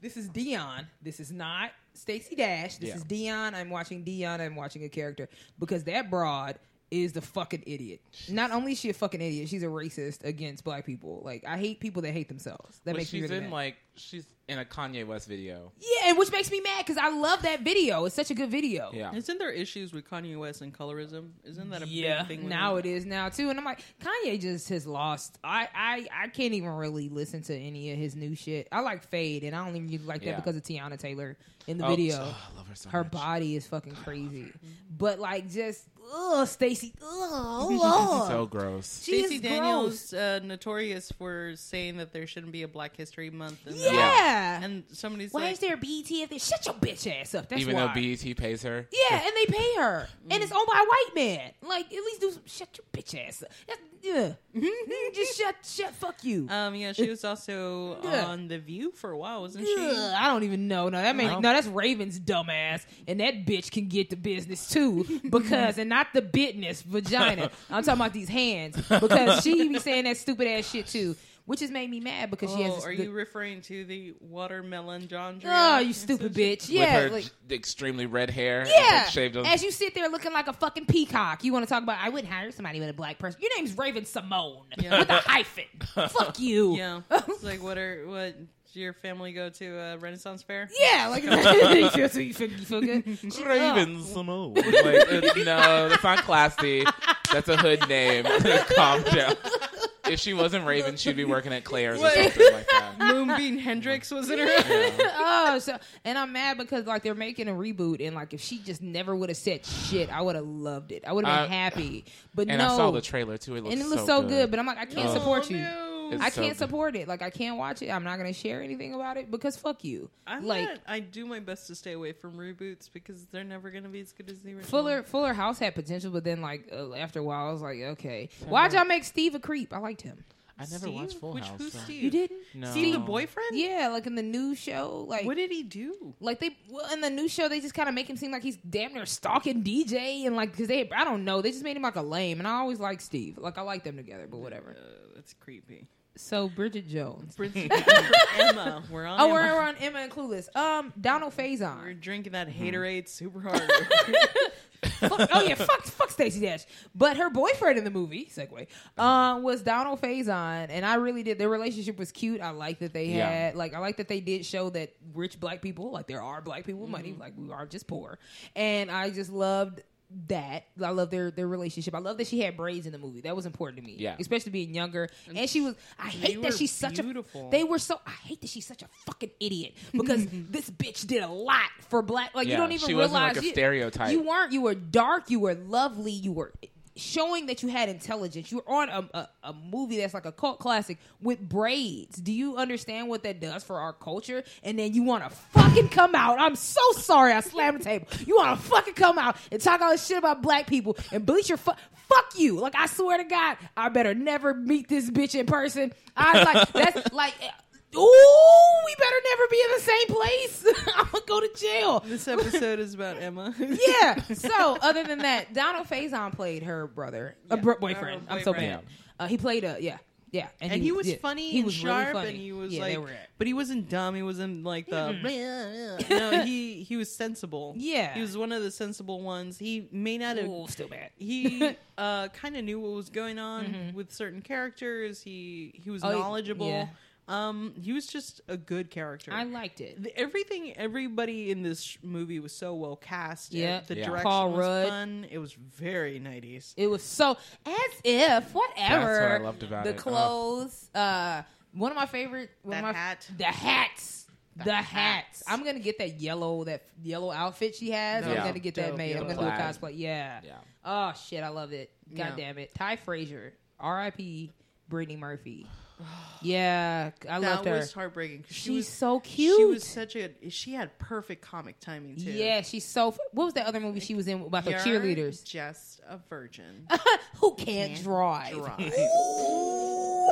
this is Dion. This is not Stacey Dash. This
Yeah.
is Dion. I'm watching Dion. I'm watching a character because that broad is the fucking idiot. Not only is she a fucking idiot, she's a racist against black people. Like I hate people that hate themselves. That
Well,
makes me
she's
really
in
mad.
like she's in a Kanye West video.
yeah, and which makes me mad because I love that video. It's such a good video.
Yeah.
Isn't there issues with Kanye West and colorism? Isn't that a big thing? with
now
him?
it is now too, and I'm like, Kanye just has lost. I, I I can't even really listen to any of his new shit. I like Fade, and I don't even really like that
Yeah.
because of Tiana Taylor in the
Oh,
video.
oh, I love her so
her
much.
body is fucking crazy, but like just ugh, Stacy, ugh, Lord.
So gross.
she
Stacey
is gross.
Daniels uh, notorious for saying that there shouldn't be a Black History Month. And
Yeah.
Yeah.
and somebody's
Why
like,
is there a E BET if they shut your bitch ass up? That's
Even
why.
though E BET pays her.
Yeah, and they pay her, and it's owned by a white man. Like, at least do some, shut your bitch ass. Up. That's, yeah, just shut, shut, fuck you.
um, yeah, she was also
Yeah.
on The View for a while, wasn't
Ugh,
she?
I don't even know. No, that makes no. That's Raven's dumbass, and that bitch can get the business too because, and not the bitness vagina. I'm talking about these hands because she be saying that stupid ass shit too. which has made me mad because she has.
Oh,
This,
are
the-
you referring to the watermelon John?
Oh, you stupid bitch!
with
Yeah,
her
like,
j- extremely red hair. and, like,
yeah.
shaved on.
As you sit there looking like a fucking peacock, you want to talk about? I wouldn't hire somebody with a black person. Your name's Raven Simone with a hyphen. Fuck you.
Yeah. It's like what are what do your family go to a Renaissance fair?
Yeah, like you feel, so you feel, you feel good. She-
Raven Simone. Like, it's- no, that's not classy. That's a hood name. Calm down. If she wasn't Raven, she'd be working at Claire's or
Wait.
something like that.
Moonbeam Hendrix was in her.
oh, so and I'm mad because like they're making a reboot, and like if she just never would have said shit, I would have loved it. I would have been
Uh,
happy. But
And
no,
I saw the trailer too. It looks
and it looks
so,
so good. But I'm like, I can't support you.
It's
I
so
can't
good.
support it. Like I can't watch it. I'm not gonna share anything about it because fuck you.
I'm
like
not, I do my best to stay away from reboots because they're never going to be as good as the original.
Fuller Fuller House had potential, but then like uh, after a while, I was like, okay, why'd y'all make Steve a creep? I liked him.
I never
Steve?
watched Full
Which,
House.
Who's
so-
Steve?
You didn't?
No.
Steve the boyfriend?
Yeah, like in the new show, like
What did he do?
like they well in the new show they just kind of make him seem like he's damn near stalking DJ and like because they I don't know they just made him like a lame and I always like Steve like I like them together but whatever.
Uh, that's creepy.
So Bridget Jones.
Bridget and Emma. We're on.
Oh,
Emma.
we're we're on Emma and Clueless. Um, Donald Faison.
We're drinking that
Mm-hmm.
haterade super hard.
fuck, oh yeah, fuck, fuck Stacey Dash. But her boyfriend in the movie, segue, um, was Donald Faison, and I really did. Their relationship was cute. I like that they
Yeah.
had, like, I like that they did show that rich black people, like, there are black people with money,
Mm-hmm.
like, we are just poor, and I just loved that i love their their relationship i love that she had braids in the movie that was important to me
Yeah.
especially being younger and, she was i hate
were
that she's such
beautiful.
a they were so i hate that she's such a fucking idiot because this bitch did a lot for black like you
Yeah,
don't even
she
realize
wasn't like a
you-
stereotype.
you weren't. You were dark. You were lovely. You were showing that you had intelligence. You were on a, a, a movie that's like a cult classic with braids. Do you understand what that does for our culture? And then you want to fucking come out. I'm so sorry. I slammed the table. You want to fucking come out and talk all this shit about black people and bleach your fuck. Fuck you. Like I swear to God, I better never meet this bitch in person. I was like that's like. Ooh, we better never be in the same place. I'm gonna go to jail.
this episode is about Emma.
Yeah. So other than that, Donald Faison played her brother, a bro- boyfriend. I'm so bad.
boyfriend.
Uh, he played a yeah, yeah,
And he was
yeah.
funny
He
and
was really
sharp,
funny.
and he was
Yeah, they
like,
were at-
but he wasn't dumb. He wasn't like the. no, he he was sensible.
Yeah.
he was one of the sensible ones. He may not have
Ooh, still bad.
he uh, kind of knew what was going on with certain characters. He he was
Mm-hmm. Oh,
knowledgeable.
yeah.
Um, he was just a good character.
I liked it.
The- everything. Everybody in this sh- movie was so well cast.
Yeah.
the
Yeah.
direction
Paul
was
Rudd.
fun. It was very nineties.
It was so as if whatever.
That's what I loved about
the
it. Oh.
clothes. Uh, one of my favorite. One
That
of my,
hat.
The hats. The, hats.
hats.
I'm gonna get that yellow that yellow outfit she has. I'm
Yeah.
gonna get that
Dope
made. I'm gonna
yellow
do a
plaid.
cosplay. Yeah.
Yeah.
Oh shit, I love it. God
Yeah.
damn it. Ty Frazier, R.I.P. Brittany Murphy. yeah, I
That
loved her.
was heartbreaking. 'cause she
She's
was,
so
She
cute.
was such a. She had perfect comic timing too.
Yeah, she's so. f- What was that other movie she was in about the
You're
cheerleaders? Uh,
Just a virgin.
Who can't, drive?
Drive.
Ooh.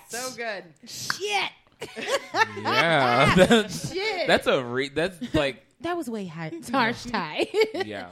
Oh, so good.
Shit.
Yeah, that's,
Shit.
that's a re- that's like
that was way high. Harsh tie.
yeah.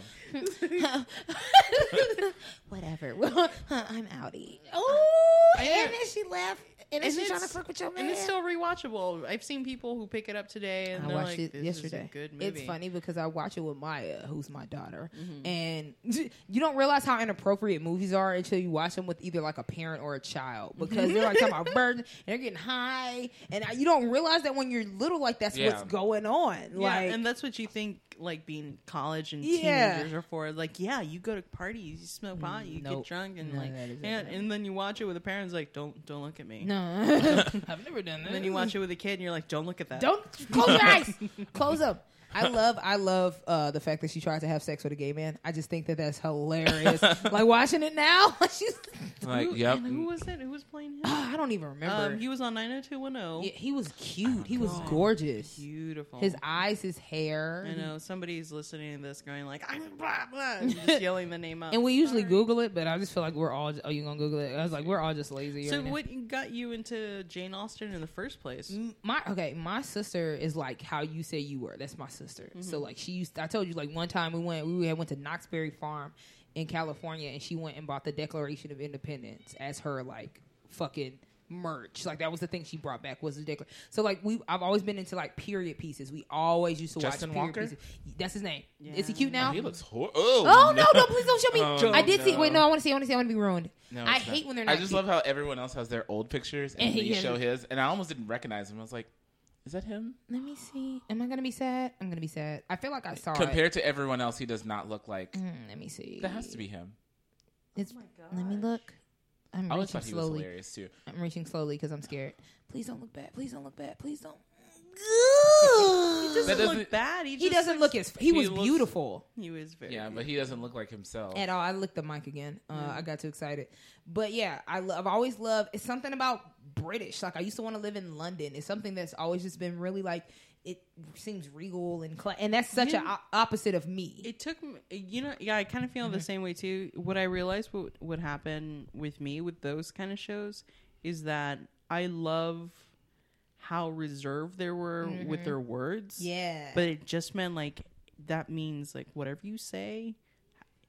Whatever. Well, I'm outie. Oh, and
Yeah.
then she left. And then
And
she's trying to
it's-
fuck with your man.
And it's still rewatchable. I've seen people who pick it up today and
I
they're
watched
like,
it
"This
yesterday.
is a good movie." Mm-hmm.
It's funny because I watch it with Maya, who's my daughter, and you don't realize how inappropriate movies are until you watch them with either like a parent or a child because they're like talking about burden and they're getting high, and I- you don't realize that when you're little, like that's
Yeah.
what's going on.
Yeah,
like,
and that's what you think like being college and
Yeah.
teenagers are for. Like, yeah, you go to parties, you smoke pot, you
nope.
get drunk, and
None
like,
of that is
and,
happening.
and then you watch it with the parents, like, don't don't look at me.
no, I've never done that.
And then you watch it with a kid, and you're like, don't look at that.
Don't close your eyes. Close them. I love, I love uh, the fact that she tried to have sex with a gay man. I just think that that's hilarious. like watching it now, she's.
Like,
Who,
yep.
and who was it? Who was playing him?
I don't even remember.
Um, Oh, he was on 90210.
Yeah, he was cute. he was gorgeous.
oh. Beautiful.
His eyes, his hair.
I know somebody's listening to this, going like, "I'm blah blah," and just yelling the name out.
And we usually Google it, but I just feel like we're all. Oh, you gonna Google it? I was like, we're all just lazy.
So
right now.
what got you into Jane Austen in the first place?
Mm,
my okay, my sister is like how you say you were. That's my sister. So like she used. I told you like one time we went. We had went to Knoxberry Farm. in California, and she went and bought the Declaration of Independence as her like fucking merch. Like that was the thing she brought back was the Declaration. So like we, I've always been into like period pieces. We always used to
Justin
watch period
Walker? Oh,
pieces. Is his name? Is he cute now?
He looks horrible.
Oh no, no, please don't show me.
Oh,
I did see.
no.
Wait, no, I want to see. I want to see. I want to be ruined.
No,
I
it's
hate
not.
when they're
I
not.
just love how everyone else has their old pictures and,
And he
they
has-
show his, and I almost didn't recognize him. I was like, "Is that him?"
Let me see. Am I gonna be sad? I'm gonna be sad. I feel like I saw
Compared to everyone else, he does not look like.
it. Mm, let me see.
That has to be him.
It's, Let me look. I'm
I always
reaching
thought he was
slowly.
hilarious too.
I'm reaching slowly because I'm scared. Please don't look back. Please don't look back. Please don't.
That
doesn't
doesn't-
look bad.
He doesn't look as he was
looks-
beautiful
He was very.
Yeah, but he doesn't look like himself.
at all. I licked the mic again. Uh, I got too excited, but yeah, I love. I've always loved. It's something about British. Like I used to want to live in London. It's something that's always just been really like it seems regal and cla- and that's such an
Yeah.
opposite of me.
It took me, you know, yeah, I kind of feel
Mm-hmm.
the same way too. What I realized what would happen with me with those kind of shows is that I love how reserved they were
Mm-hmm.
with their words.
yeah,
But it just meant like that means like whatever you say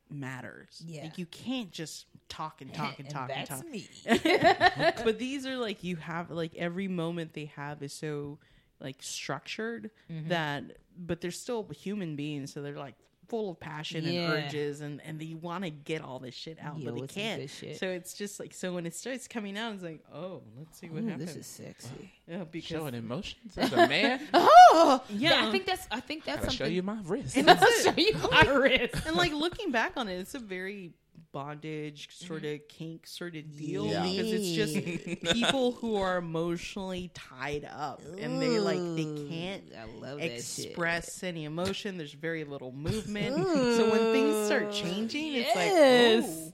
matters.
Yeah.
Like you can't just talk and talk and talk and,
that's
talk.
me.
but these are like you have like every moment they have is so like structured
Mm-hmm.
that but they're still human beings so they're like full of passion
Yeah.
and urges and and they want to get all this shit out
Yeah,
but they
listen to
can't
this shit.
so it's just like so when it starts coming out it's like oh let's see what
Ooh,
happens
this is sexy.
yeah, because
Showing emotions as a man.
Oh
Yeah.
I think that's. I think that's
I'll show
something.
you my Oh wrist.
I'll show you my wrist.
and like looking back on it it's a very bondage sort of
Mm-hmm.
kink sort of deal
Yeah.
because it's just people who are emotionally tied up and they like they can't
I love that
express any emotion. There's very little movement. so when things start changing,
shit.
it's like,
yes.
oh,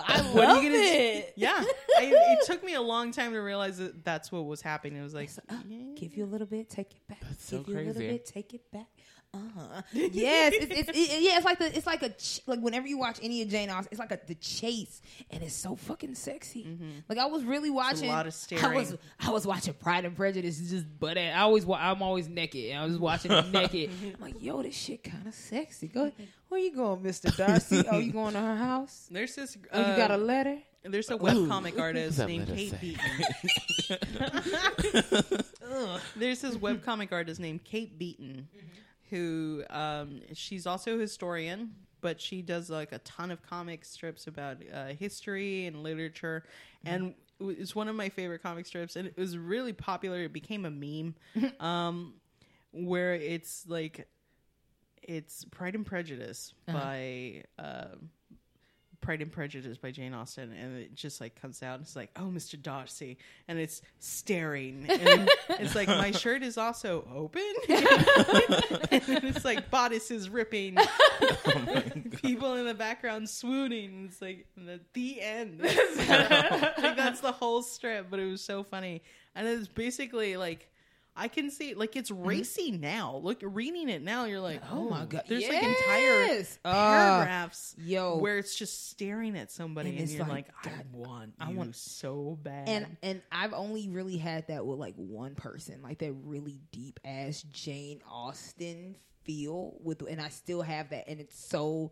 y'all. I love
what are you gonna do?
it.
yeah. I, it took me a long time to realize that that's what was happening. It was like,
So, uh, give you a little bit, take it back.
That's so
give you a little
crazy.
bit, take it back. Uh-huh. yes, it's, it's it, yeah, it's like the it's like a ch- like whenever you watch any of Jane Austen, it's like a the chase, and it's so fucking sexy. Like I was really watching
lot of
I was
staring.
I was watching Pride and Prejudice, it's just butt ass. I always wa- I'm always naked, and I was watching it naked. I'm like, yo, this shit kind of sexy. Go, where you going, Mister Darcy? oh, you going to her house?
there's this,
Oh,
uh,
you got a letter?
there's a webcomic artist
that
named
letter
Kate
say?
Beaton. there's this webcomic artist named Kate Beaton who um, she's also a historian, but she does like a ton of comic strips about uh, history and literature, and w- it's one of my favorite comic strips, and it was really popular. It became a meme, um, where it's like it's Pride and Prejudice by. um Pride and Prejudice by Jane Austen, and it just like comes out. And it's like, oh, Mr. Darcy, and it's staring. And it's like my shirt is also open. and then it's like bodices ripping, people in the background swooning. It's like the, the end. like that's the whole strip, but it was so funny. And it's basically like. I can see like it's racy now. Look, reading it now, you're like, oh, my
uh,
god, there's like entire
Yes. Uh,
paragraphs
yo.
where it's just staring at somebody
And
and,
it's
you're
like,
like,
God,
I want
I
you
want-
so bad.
And and I've only really had that with like one person, like that really deep ass Jane Austen feel with, and I still have that, and it's so.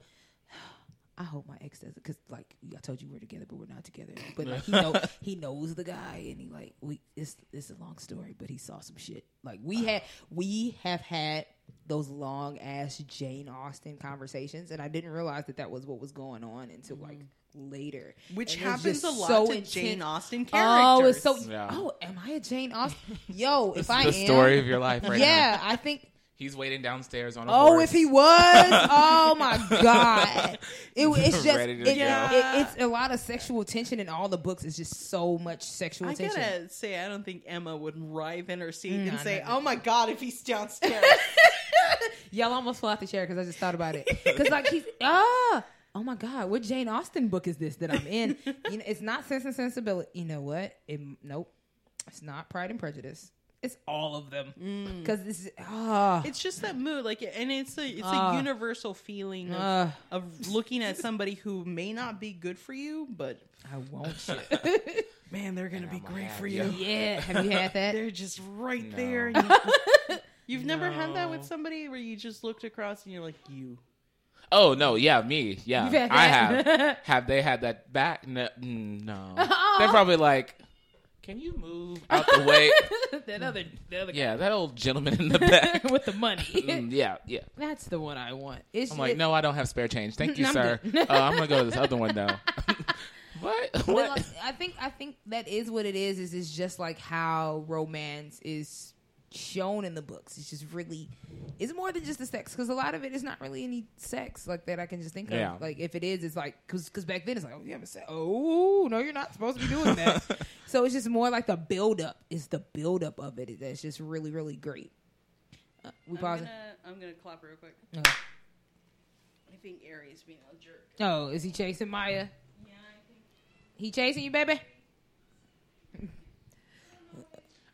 I hope my ex doesn't, because like I told you, we're together, but we're not together. But like he know he knows the guy, and he like we it's it's a long story, but he saw some shit. Like we
Ah.
had we have had those long ass Jane Austen conversations, and I didn't realize that that was what was going on until like later,
Mm-hmm. which
And it was
happens
just
a lot
so
to
intense.
Jane Austen characters.
Oh, it's so.
Yeah.
Oh, am I a Jane Austen? Yo, if I
the
am,
story of your life, right now.
yeah, I think.
He's waiting downstairs on a
Oh,
horse.
if he was, oh my god, it, it's just
Ready to
it,
go.
it-
Yeah.
it's a lot of sexual tension in all the books. It's just so much sexual
I
tension.
gotta say, I don't think Emma would writhe in her seat
Nah,
and say,
nah, nah.
"Oh my god, if he's downstairs."
Y'all almost fell out the chair because I just thought about it. Because like he's ah, oh my god, what Jane Austen book is this that I'm in? You know, it's not Sense and Sensibility. You know what? It, nope, it's not Pride and Prejudice. It's all of them
Mm.
because this is ah.
it's just that mood, like, and it's a it's
Ah.
a universal feeling of,
ah.
of looking at somebody who may not be good for you, but
I won't shit.
man, they're gonna be
I'ma
great
have
for
ya.
you.
yeah. Have you had that?
They're just right
No.
there. and you- You've never had that with
No.
somebody where you just looked across and you're like, "You."
Oh no, yeah, me, yeah,
You've had
I
that?
have. have they had that back? No, mm, no.
Uh-uh.
they're probably like, "Can you move out the way?"
that other, the other
yeah, that old gentleman in the back.
with the money.
Mm, yeah, yeah.
That's the one I want. It's
I'm like,
it-
no, I don't have spare change. Thank you,
I'm
sir.
good.
Uh, I'm gonna go to this other one though. what?
but
What?
like, I think I think that is what it is. Is it's just like how romance is shown in the books. It's just really, it's more than just the sex because a lot of it is not really any sex like that I can just think of.
Yeah.
Like if it is, it's like because back then it's like oh you have sex. Oh no, you're not supposed to be doing that. so it's just more like the build up. It's the build up of it that's just really really great. Uh, we
I'm
pause.
gonna, I'm gonna clap real quick.
Okay.
I think Aries being a jerk.
Oh, is he chasing Maya?
Yeah, I think
He chasing you, baby?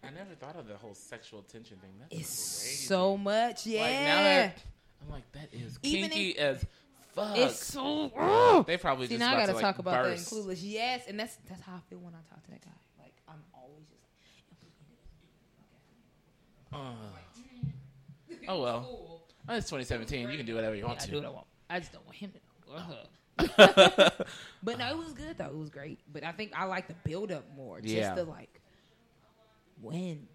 I never thought of the whole sexual tension thing. That's
It's
crazy.
so much, yeah.
Like, now that I'm like, that is
Even
kinky as fuck.
It's so. Oh.
they probably
See,
just
now I
about
gotta
to, like,
talk about
burst.
that in Clueless. Yes, and that's that's how I feel when I talk to that guy. Like I'm always just.
Ugh. oh well, it's 2017. You can do whatever you want Oh.
I
to.
do what I want. I just don't want him to know. Ugh. but no, it was good though. It was great. But I think I like the build up more. Just
Yeah.
the like, when,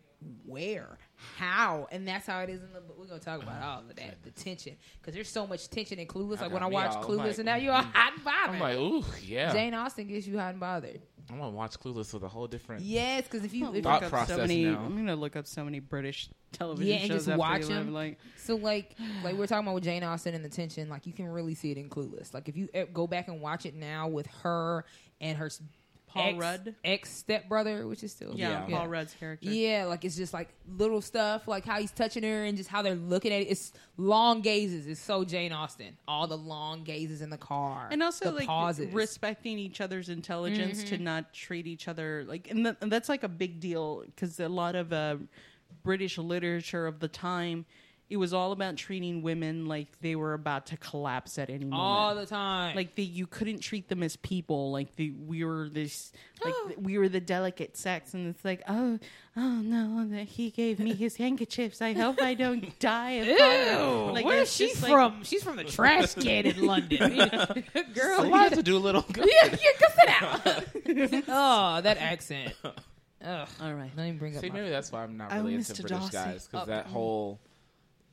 where, how, and that's how it is in the. We're gonna talk about all of that. The tension, because there's so much tension in Clueless.
I
Like when
got
I
me
watch
all,
Clueless,
like, mm-hmm.
and now you're all hot and bothered.
I'm like, ooh, yeah.
Jane Austen gets you hot and bothered.
I'm gonna watch Clueless with a whole different.
Yes, because if you if,
Thought
look up
process
so many,
now.
I'm gonna look up so many British television
Yeah, and
shows
just
after
watch
they-
'em.
Like,
so, like like we're talking about with Jane Austen and the tension, like you can really see it in Clueless. Like if you eh, go back and watch it now with her and her s-
Paul
ex,
Rudd?
ex stepbrother, which is still
yeah,
Yeah.
Paul Rudd's character.
Yeah, like it's just like little stuff, like how he's touching her and just how they're looking at it. It's long gazes. It's so Jane Austen. All the long gazes in the car,
and also
the
like
pauses.
respecting each other's intelligence to not treat each other like and, th- and that's like a big deal because a lot of uh, british literature of the time it was all about treating women like they were about to collapse at any moment
all the time.
like the, you couldn't treat them as people like the, we were this like th- we were the delicate sex and it's like oh oh no that he gave me his handkerchiefs i hope i don't die of hunger." Like,
where is
it's
she
just like-
from? She's from the trash can in London. Girl,
Eliza Doolittle.
yeah, yeah, go sit down. oh, that accent. Ugh.
all right
Let me bring up
See,
my,
maybe that's why I'm not
Oh,
really into
Mr.
British
Darcy.
guys because
Oh,
that whole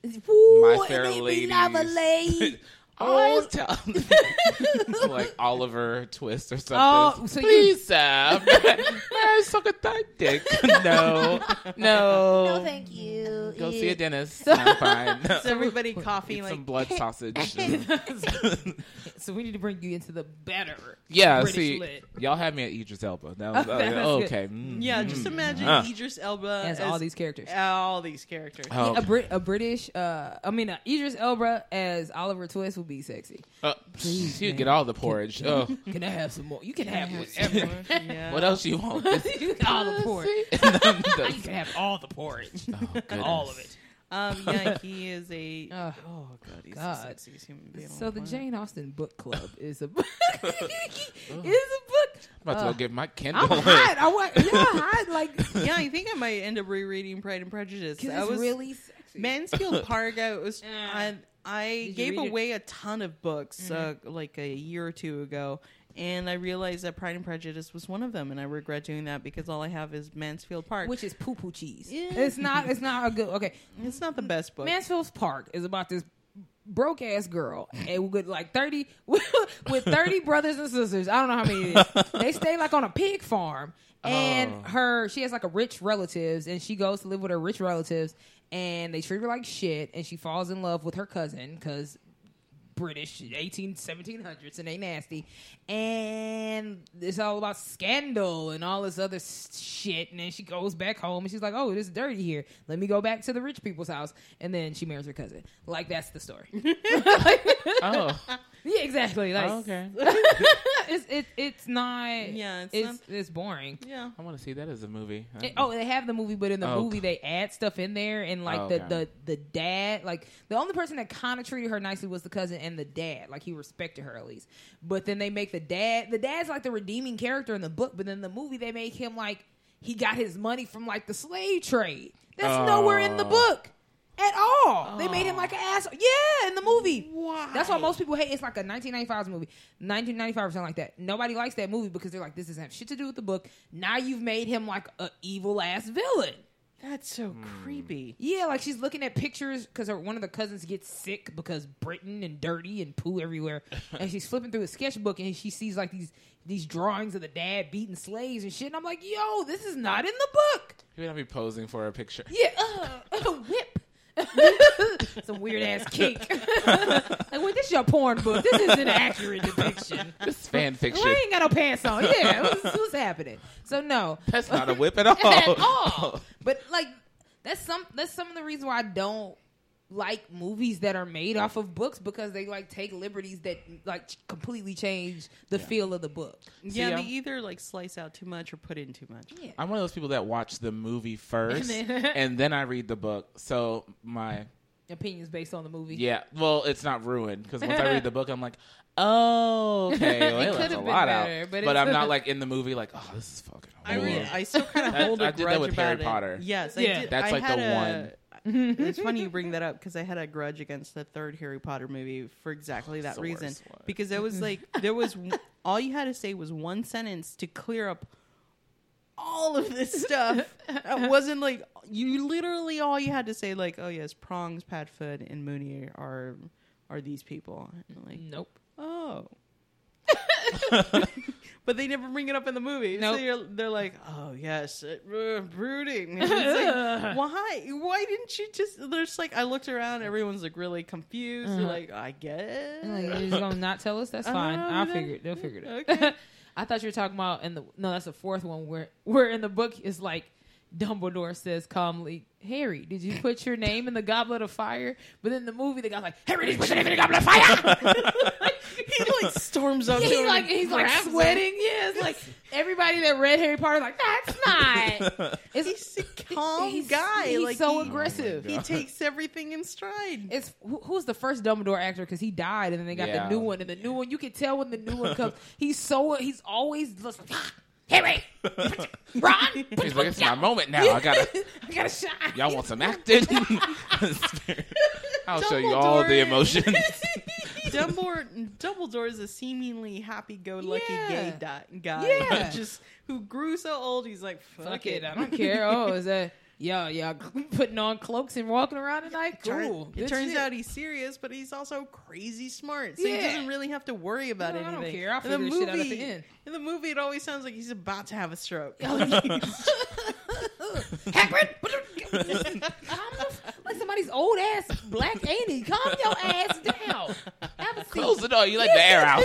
Ooh,
My
it
Fair
made me
Ladies.
love a lady.
Oh, like Oliver Twist or something.
Oh, so you-
Please, sir. I suck a tight dick. No, no.
No, thank you.
Go see a dentist. I'm fine.
so everybody
Eat
coughing
some
like
blood sausage.
So we need to bring you into the better.
yeah,
British
see,
lit.
y'all had me at Idris Elba. That was,
Oh, that's
oh,
good.
okay. Mm.
Yeah, just imagine
Ah.
Idris Elba
As all these characters.
all these characters.
Oh,
A, Brit, a British, uh, I mean, uh, Idris Elba as Oliver Twist would be sexy.
uh,
Please,
you
man.
get all the porridge. Oh,
Can I have some more? You can have whatever.
yeah.
what else you want? This-
all the porridge. You
The-
can have all the porridge.
oh, goodness.
all of it.
Um, yeah, he is a.
Ugh.
oh god, he's
God.
the sexiest human being.
So
on
the
planet.
Jane Austen book club is a book. is a book.
I'm about to
Uh,
go get my
I'm
Kindle.
hot. I want y'all hot. Like
Yeah, I think I might end up rereading Pride and Prejudice.
Because
I
it's
was
really sexy.
Mansfield Park. I was.
Yeah.
I, I
you
gave
read it? Mm-hmm.
away a ton of books uh, like a year or two ago, and I realized that Pride and Prejudice was one of them, and I regret doing that because all I have is Mansfield Park,
which is poo poo cheese.
Yeah.
It's not. It's not a good. Okay,
it's not the best book.
Mansfield's Park is about this broke ass girl and with like thirty with thirty brothers and sisters. I don't know how many. It is. They stay like on a pig farm, and her she has like a rich relatives, and she goes to live with her rich relatives, and they treat her like shit, and she falls in love with her cousin because British 18, 1700s, and they nasty. And it's all about scandal and all this other s- shit. And then she goes back home and she's like, oh, it is dirty here. Let me go back to the rich people's house. And then she marries her cousin. Like, that's the story.
oh,
yeah, exactly. Like,
okay.
it's, it, it's not.
Yeah, it's
it's,
not-
it's boring.
yeah,
I want to see that as a movie.
It- oh, they have the movie, but in the
Oh,
movie they add stuff in there, and like
Oh,
the,
okay.
the the dad, like the only person that kind of treated her nicely was the cousin and the dad, like he respected her at least. But then they make the dad, the dad's like the redeeming character in the book, but then the movie they make him like he got his money from like the slave trade. That's nowhere in the
Oh.
book. at all. They made him like an asshole. Yeah, in the movie.
Why?
That's why most people hate. It's like a 1995 movie, 1995 or something like that. Nobody likes that movie because they're like, this doesn't have shit to do with the book. Now you've made him like a evil ass villain.
That's so creepy.
Yeah, like she's looking at pictures because one of the cousins gets sick because Britain and dirty and poo everywhere, and she's flipping through a sketchbook and she sees like these these drawings of the dad beating slaves and shit. And I'm like, yo, this is not in the book.
He would not be posing for a picture.
Yeah, uh, whip. Some weird ass cake. like, wait, this is your porn book. This is an accurate depiction.
This is fan
We
fiction.
ain't got no pants on. Yeah, what's, what's happening? So no,
That's not a whip at all.
at all. But like, that's some. That's some of the reason why I don't like movies that are made off of books because they like take liberties that like completely change the feel of the book.
See
Yeah,
ya.
they either like slice out too much or put in too much.
I'm one of those people that watch the movie first
And
and
then-
then, I read the book. So my
Opinions based on the movie.
yeah, well, it's not ruined because once I read the book, I'm like, oh, okay, well,
It
it
could've
left a
been
lot
better,
out.
but
But,
it's-
I'm not like in the movie like, oh, this is fucking.
I, re-
horrible.
I still kind of
That-
hold a
I did that
grudge
with
about
Harry
it.
Potter.
Yes, I
Yeah.
did.
That's
I
like
had
the
a, one. it's funny you bring that up because I had a grudge against the third Harry Potter movie for exactly that
Oh, the
reason
worst.
reason
That's why.
because there was like there was w- all you had to say was one sentence to clear up all of this stuff it wasn't like you literally all you had to say like oh yes prongs padfoot and mooney are are these people And I'm like
Nope.
oh but they never bring it up in the movie
Nope.
so you're, they're like oh yes it, uh, brooding And it's like, why why didn't you just there's like i looked around everyone's like really confused They're
Uh-huh.
like i get it
Like, you're just gonna not tell us? That's
I
fine.
don't know,
I'll
then-
figure it. They'll figure it out.
okay.
I thought you were talking about in the no, that's the fourth one where where in the book is like Dumbledore says calmly, Harry, did you put your name in the goblet of fire? But in the movie the guy's like, Harry, did you put your name in the goblet of fire?
he like storms up. to
he's
him
like
and
he's like
grabs him.
sweating. Yeah, it's like everybody that read Harry Potter like, that's not it's
a calm
he's-
guy,
He's
like,
so
he-
aggressive.
He takes everything in stride.
It's who, who's the first Dumbledore actor because he died and then they got
Yeah.
the new one and the new one you can tell when the new one comes he's so he's always just like "Ah, Harry Ron
He's like, it's my moment now. Oh, I gotta.
I gotta shine
Y'all want some acting? I'll show you all the
Dumbledore.
emotions.
Dumbledore, Dumbledore is a seemingly happy-go-lucky
Yeah.
gay di- guy,
Yeah.
just who grew so old he's like, "Fuck,
fuck
it,
it I don't care oh is that yo y'all putting on cloaks and walking around tonight
Turn-
cool
It turns out he's serious, but he's also crazy smart, so he
Yeah.
doesn't really have to worry about
No, I
anything.
don't care. I'll
In the
figure this shit out at the
movie-
end. Oh,
In the movie, it always sounds like he's about to have a stroke.
Hagrid Calm the f- like somebody's old ass black auntie calm your ass down have a seat
Close the door. You let the air out.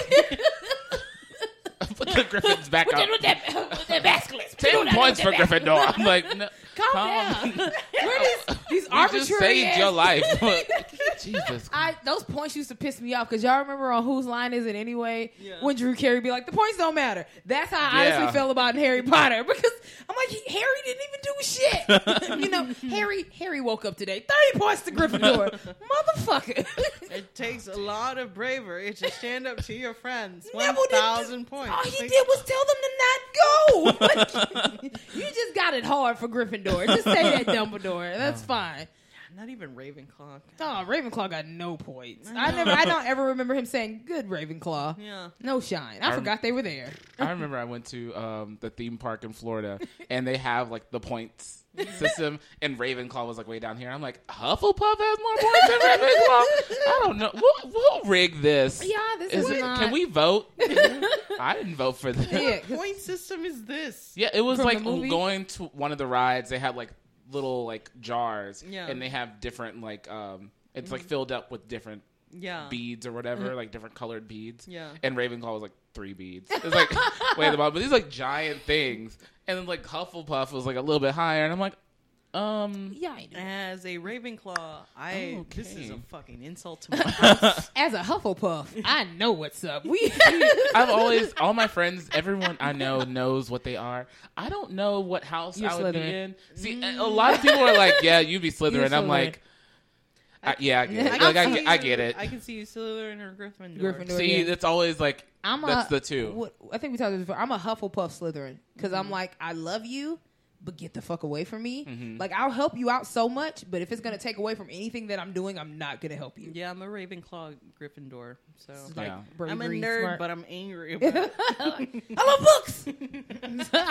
Put the Griffins back up.
with that, with that basilisk.
Ten points for Gryffindor. I'm like, no.
Calm,
Calm.
down. Where these, these
You
arbitrary
just saved
ass-
your life. Jesus.
I, those points used to piss me off because y'all remember on whose line is it anyway? When Drew Carey be like, the points don't matter. That's how I
Yeah.
honestly felt about Harry Potter because I'm like, he, Harry didn't even do shit. you know, Harry Harry woke up today, thirty points to Gryffindor, motherfucker.
It takes a lot of bravery to stand up to your friends. One
Neville didn't do-
thousand points.
All he
Like,
did was tell them to not go. Like, you just got it hard for Gryffindor. Just say that, Dumbledore. That's fine.
Not even Ravenclaw.
Oh, Ravenclaw got no points. I never, I don't ever remember him saying "Good Ravenclaw."
Yeah.
No shine. I
I'm-
forgot they were there.
I remember I went to um, the theme park in Florida, and they have like the points system, and Ravenclaw was like way down here. I'm like, Hufflepuff has more points than Ravenclaw. I don't know. We'll, we'll rig this.
Yeah, this
Is
is
it,
not-
Can we vote? I didn't vote for this.
Yeah,
Yeah,
'cause-
Point system is this.
it was
From the
like
movie?
going to one of the rides. They had like little like jars,
Yeah.
and they have different like um, it's
Mm-hmm.
like filled up with different
Yeah.
beads or whatever, like different colored beads.
Yeah.
And Ravenclaw was like three beads. It was like way at the bottom, but these like giant things. And then like Hufflepuff was like a little bit higher, and I'm like, um,
yeah. I know.
As a Ravenclaw, I this is a
Oh, Okay.
fucking insult to my
As a Hufflepuff, I know what's up. We
I've always all my friends, everyone I know knows what they are. I don't know what house
You're
I would
Slytherin.
be in. See, a a lot of people are like, yeah, you'd be Slytherin.
You're
I'm like, I, yeah, I get it. Like,
can
I, get-
see
I
you-
get it.
I can see you Slytherin or Gryffindor.
Gryffindor.
See,
Yeah.
that's always like
I'm a,
that's the two.
Mm-hmm. what- I think we talked about this before. I'm a Hufflepuff Slytherin because I'm like, I love you, but get the fuck away from me.
Mm-hmm.
Like I'll help you out so much, but if it's gonna take away from anything that I'm doing, I'm not gonna help you.
Yeah, I'm a Ravenclaw Gryffindor. So
Like
Yeah.
bravery,
I'm a nerd,
smart.
but I'm angry about it.
I love books.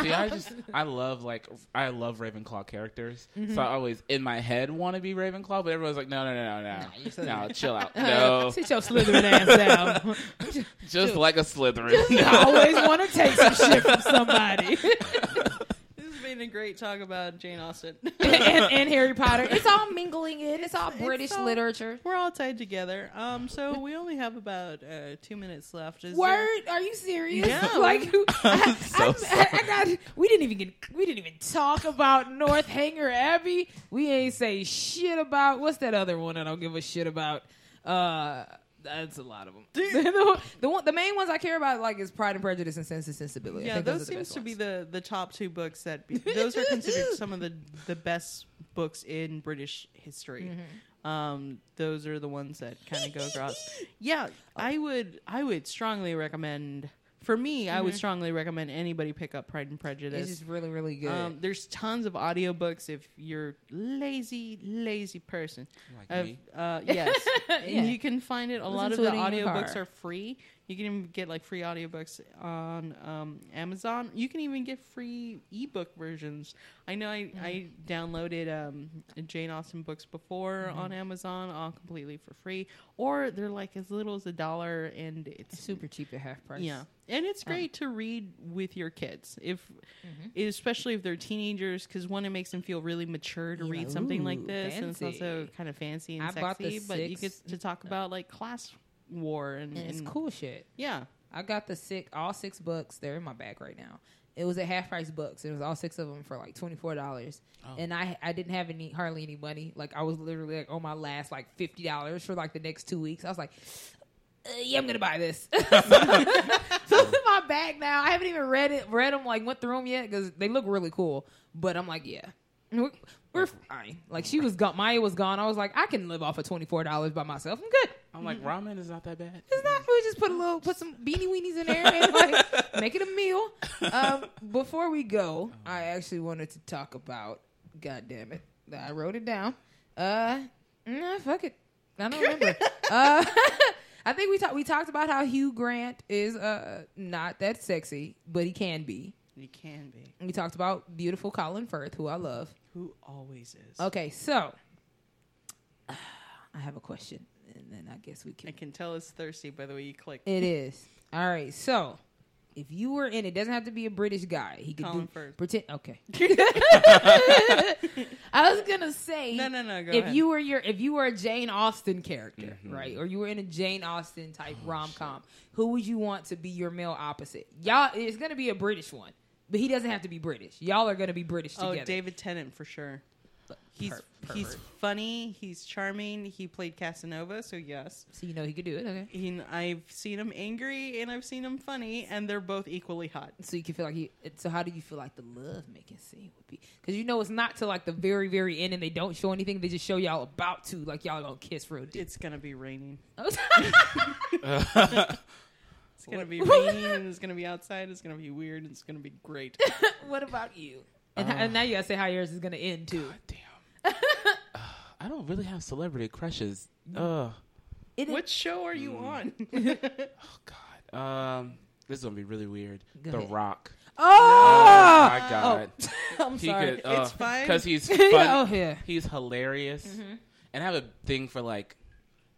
See, I just I love like I love Ravenclaw characters, so I always in my head want to be Ravenclaw, but everyone's like, no, no, no, no, no, no, chill out, no,
Sit your slithering ass down.
just like a Slytherin.
I
No.
always want to take some shit from somebody.
This has been a great talk about Jane Austen.
and, and Harry Potter. It's all mingling in. It's all British
all-
literature.
We're all tied together. Um, so we only have about uh, two minutes left. Is there-
Word? Are you serious?
Yeah.
like I,
so
I- I got. We didn't even get. We didn't even talk about Northanger Abbey. We ain't say shit about what's that other one? I don't give a shit about. Uh, that's a lot of them. the, one, the, one, the main ones I care about like is Pride and Prejudice and Sense and Sensibility. I
yeah,
think
those,
are the
seems
best
to be
ones.
the the top two books that be, those are considered some of the the best books in British history.
Mm-hmm.
Um, those are the ones that kind of go across. Yeah, I would I would strongly recommend. For me, I
Mm-hmm.
would strongly recommend anybody pick up Pride and Prejudice.
It's just really, really good.
Um, there's tons of audiobooks if you're lazy, lazy person.
Like
Uh,
me.
uh, yes,
Yeah.
and you can find it. A lot of
to
the
it in your
audiobooks
car.
are free. You can even get like free audiobooks on um, Amazon. You can even get free ebook versions. I know I, I
Mm.
downloaded um, Jane Austen books before
Mm-hmm.
on Amazon, all completely for free, or they're like as little as a dollar, and it's
Super cheap at half price.
yeah. And it's great to read with your kids, if Mm-hmm. especially if they're teenagers, because one, it makes them feel really mature to
Yeah,
read something
ooh,
like this, and it's also
fancy.
kind of fancy and
I
sexy.
bought the
but you get
six-
to talk about like class war and,
and it's
and-
cool shit.
Yeah,
I got the six, all six books. They're in my bag right now. It was a half price books. It was all six of them for like twenty four dollars, and I I didn't have any hardly any money. Like I was literally like on my last like fifty dollars for like the next two weeks. I was like, uh, yeah, I'm gonna buy this. so it's in my bag now. I haven't even read it, read them like went through them yet because they look really cool. But I'm like, yeah, we're, we're fine. Like she was gone, Maya was gone. I was like, I can live off of twenty four dollars by myself. I'm good.
I'm like ramen is not that bad.
It's not. We just put a little, put some beanie weenies in there and like make it a meal. Um, before we go, I actually wanted to talk about. God damn it! I wrote it down. Uh, nah, fuck it. I don't remember. uh, I think we talked. We talked about how Hugh Grant is uh not that sexy, but he can be.
you can be.
We talked about beautiful Colin Firth, who I love.
Who always is?
Okay, so I have a question, and then I guess we
I can tell it's thirsty by the way you click.
It is. All right. So, if you were in, it doesn't have to be a British guy. He could
Colin
do
Firth.
pretend. Okay. I was gonna say
No, no, no. Go
if
ahead.
you were your if you were a Jane Austen character, right, or you were in a Jane Austen type rom com, who would you want to be your male opposite? Y'all, it's gonna be a British one, but he doesn't have to be British. Y'all are gonna be British
oh,
together.
David Tennant for sure. He's
Per-
he's
pervert.
funny. He's charming. He played Casanova, so yes.
so you know he could do it. Okay.
He, I've seen him angry and I've seen him funny, and they're both equally hot.
so you can feel like he. So how do you feel like the love making scene would be? Because you know it's not till like the very very end, and they don't show anything. They just show y'all about to like y'all don't kiss real deep.
It's gonna be raining.
okay,
It's gonna be raining, and it's gonna be outside. It's gonna be weird. and It's gonna be great.
what about you? And, ho-
Uh.
and now you gotta say how yours is gonna end too.
Damn, Uh, I don't really have celebrity crushes.
Mm.
Uh, Ugh.
It is
What show are
Mm.
you on?
God. Um, this is gonna be really weird.
Go
the
ahead.
Rock.
oh,
my God.
I'm sorry.
It's fine.
because he's fun.
Yeah, oh, yeah.
He's hilarious, and I have a thing for like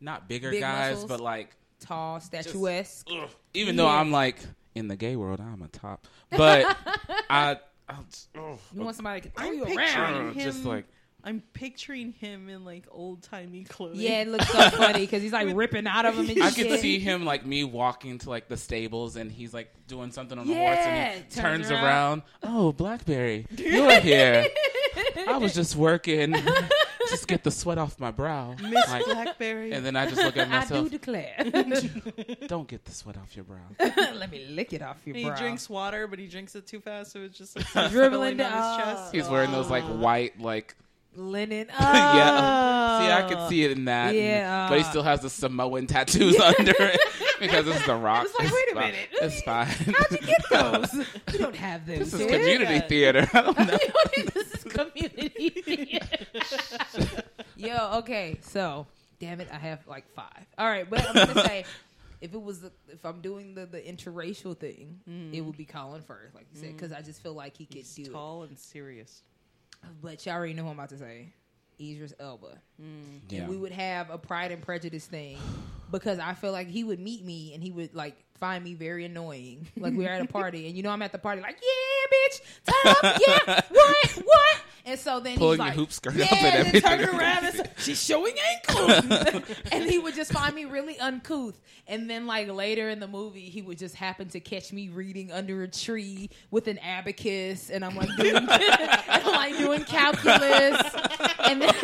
not bigger
Mm-hmm. Big
guys,
muscles.
but like
Tall, statuesque.
ugh, even though I'm like in the gay world, I'm a top, but I. I'll, ugh,
you want somebody that can throw
I'm
you around?
picturing him.
Just like-
I'm picturing him in like old timey clothes.
Yeah, it looks so funny because he's like ripping out of him. And
I
shit.
could see him like me walking to like the stables and he's like doing something on the
Yeah,
horse and he
turns
turns,
around.
around. Oh, Blackberry, you're here. I was just working. just get the sweat off my brow.
Miss
Like,
Blackberry.
and then I just look at
I do
myself.
declare.
Don't get the sweat off your brow.
Let me lick it off your
And he
brow.
drinks water, but he drinks it too fast, so it's just like sort of
Dribbling
spilling on
down.
his chest. Oh,
He's wearing those like white like
linen. Oh,
yeah. See, I could see it in that. and-
Yeah.
but he still has the Samoan tattoos under it. because this is the rock.
It's like,
It's
wait a
fine.
minute.
It's fine.
How'd you get those? You don't have those.
This is
here.
community theater. I don't know.
this is community. Yo, okay, so damn it, I have like five. All right, but I'm gonna say if it was the, if I'm doing the the interracial thing, it would be Colin first, like you said, because I just feel like he could do it.
Tall and serious.
But y'all already know who I'm about to say. Idris Elba.
Yeah.
And we would have a Pride and Prejudice thing because I feel like he would meet me and he would like find me very annoying. Like we are at a party and you know I'm at the party like, yeah, bitch, tough, yeah, what, what? And so then
Pulling
he's like,
your hoop skirt
yeah,
up and
and then
everything.
turning around and so, she's showing ankles. and he would just find me really uncouth. And then like later in the movie, he would just happen to catch me reading under a tree with an abacus, and I'm like doing, I'm like doing calculus, and then.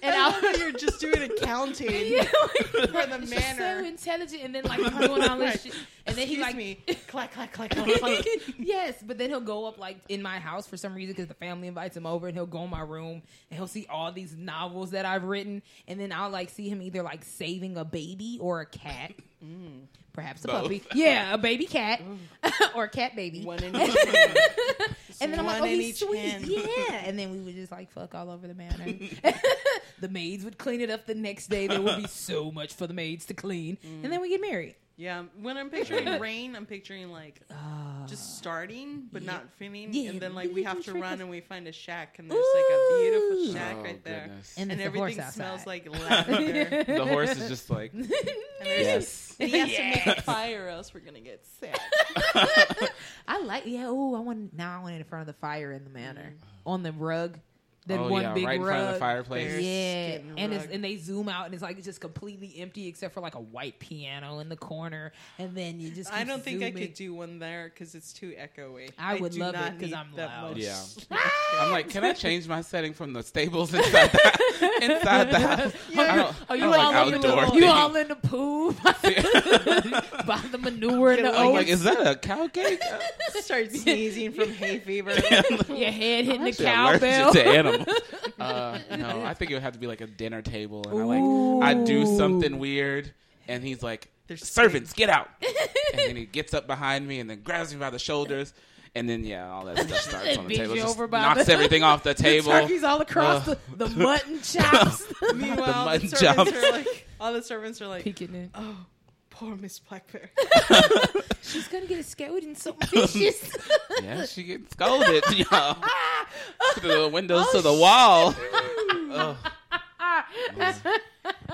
And I
Oh, you're just doing accounting for the
was just so
manor.
intelligent, and then like doing all this shit, and then he
Excuse
like
me. Clack, clack, clack, clack, clack.
yes, but then he'll go up like in my house for some reason because the family invites him over, and he'll go in my room and he'll see all these novels that I've written, and then I'll like see him either like saving a baby or a cat,
Mm.
perhaps a
Both.
puppy, yeah, a baby cat or a cat baby,
One in each hand.
and then I'm like, oh,
one in
he's
each
sweet,
hand.
yeah, and then we would just like fuck all over the manor. the maids would clean it up the next day. There would be so much for the maids to clean, and then we get married.
Yeah, when I'm picturing rain, I'm picturing like just starting but not finning,
Ah. Yeah,
and then
you
like we
can
have to
trick us.
run and we find a shack, and there's like a beautiful
Ooh.
shack
Oh,
right there,
goodness.
And
and,
there's a horse
everything smells
outside.
like lavender.
The horse is just like, yes.
And he has to make
Yes.
a fire, or else we're gonna get sick.
I like yeah. Oh, I want now. I want it in front of the fire in the manor on the rug. That
oh
one
yeah,
big
right in
rug.
front of the fireplace.
Yeah,
Skin
and it's,
rug.
and they zoom out and it's like it's just completely empty except for like a white piano in the corner, and then you just.
I
keep
don't think I
zooming.
could do one there because it's too echoey.
I would
do
love it
not
'cause
need
I'm
that
loud.
much.
Yeah. I'm like, can I change my setting from the stables inside the, inside the house? I don't,
Are
I
"Oh, you
don't
all
like
in the
outdoor
you
things.
all in the poo by the manure and the
I'm like,
oats?
is that a cow cake?
Start sneezing from hay fever.
Your head hitting the
Actually, allergic
cowbell.
to animals. Uh, no, I think it would have to be like a dinner table, and I like I do something weird, and he's like,
There's
"Servants, get out!" and then he gets up behind me and then grabs me by the shoulders, and then yeah, all that stuff starts on the
Beats
table.
you
Just
over by
knocks
the-
everything off the table. Uh,
Turkeys all across
Ugh.
the, the mutton chops.
Meanwhile, the,
mutton
servants
chops.
are like, all the servants are like,
Peeking in.
oh, poor Miss Blackbear.
She's gonna get scared in something vicious.
yeah, she gets scolded. y'all. the windows
Oh,
to the wall. Ugh.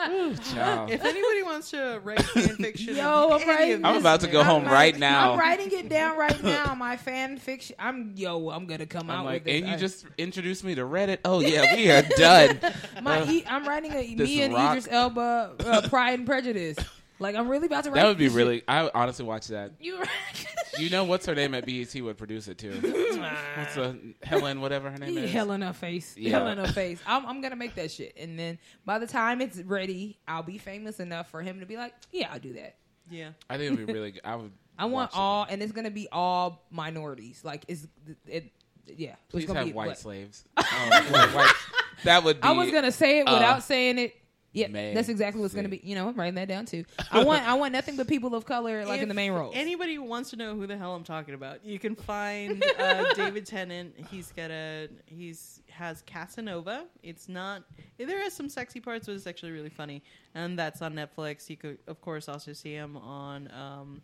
Ooh, child.
if anybody wants to write fan fiction,
Yo,
of any
I'm
of
writing
this,
I'm about to go
man,
home right now.
I'm writing it down right now. My fan fiction. I'm yo. I'm gonna come
I'm
out
like,
with it.
and you just introduced me to Reddit. Oh yeah, we are done.
my. E, I'm writing a
uh, This
me and
rock.
Idris Elba uh, Pride and Prejudice. Like I'm really about to write.
That would be
this shit.
really. I would honestly watch that.
You.
You know what's her name at BET would produce it too. What's uh, Helen, whatever her name is.
Hell in her face.
Yeah.
Hell in her face. I'm, I'm gonna make that shit, and then by the time it's ready, I'll be famous enough for him to be like, "Yeah, I'll do that."
Yeah.
I think it'd be really. good. I would.
I want
watch it.
all, and it's gonna be all minorities. Like it's, it, yeah.
Please
it's gonna
have
be
white
black.
slaves. Oh, white, white. That would be.
I was gonna say it
uh,
without saying it. Yeah,
Meg
that's exactly what's gonna be.
said.
You know, I'm writing that down too. I want, I want nothing but people of color, like in
If
the main roles.
Anybody who wants to know who the hell I'm talking about, you can find uh, David Tennant. He's got a he's has Casanova. It's not there is some sexy parts, but it's actually really funny, and that's on Netflix. You could, of course, also see him on um,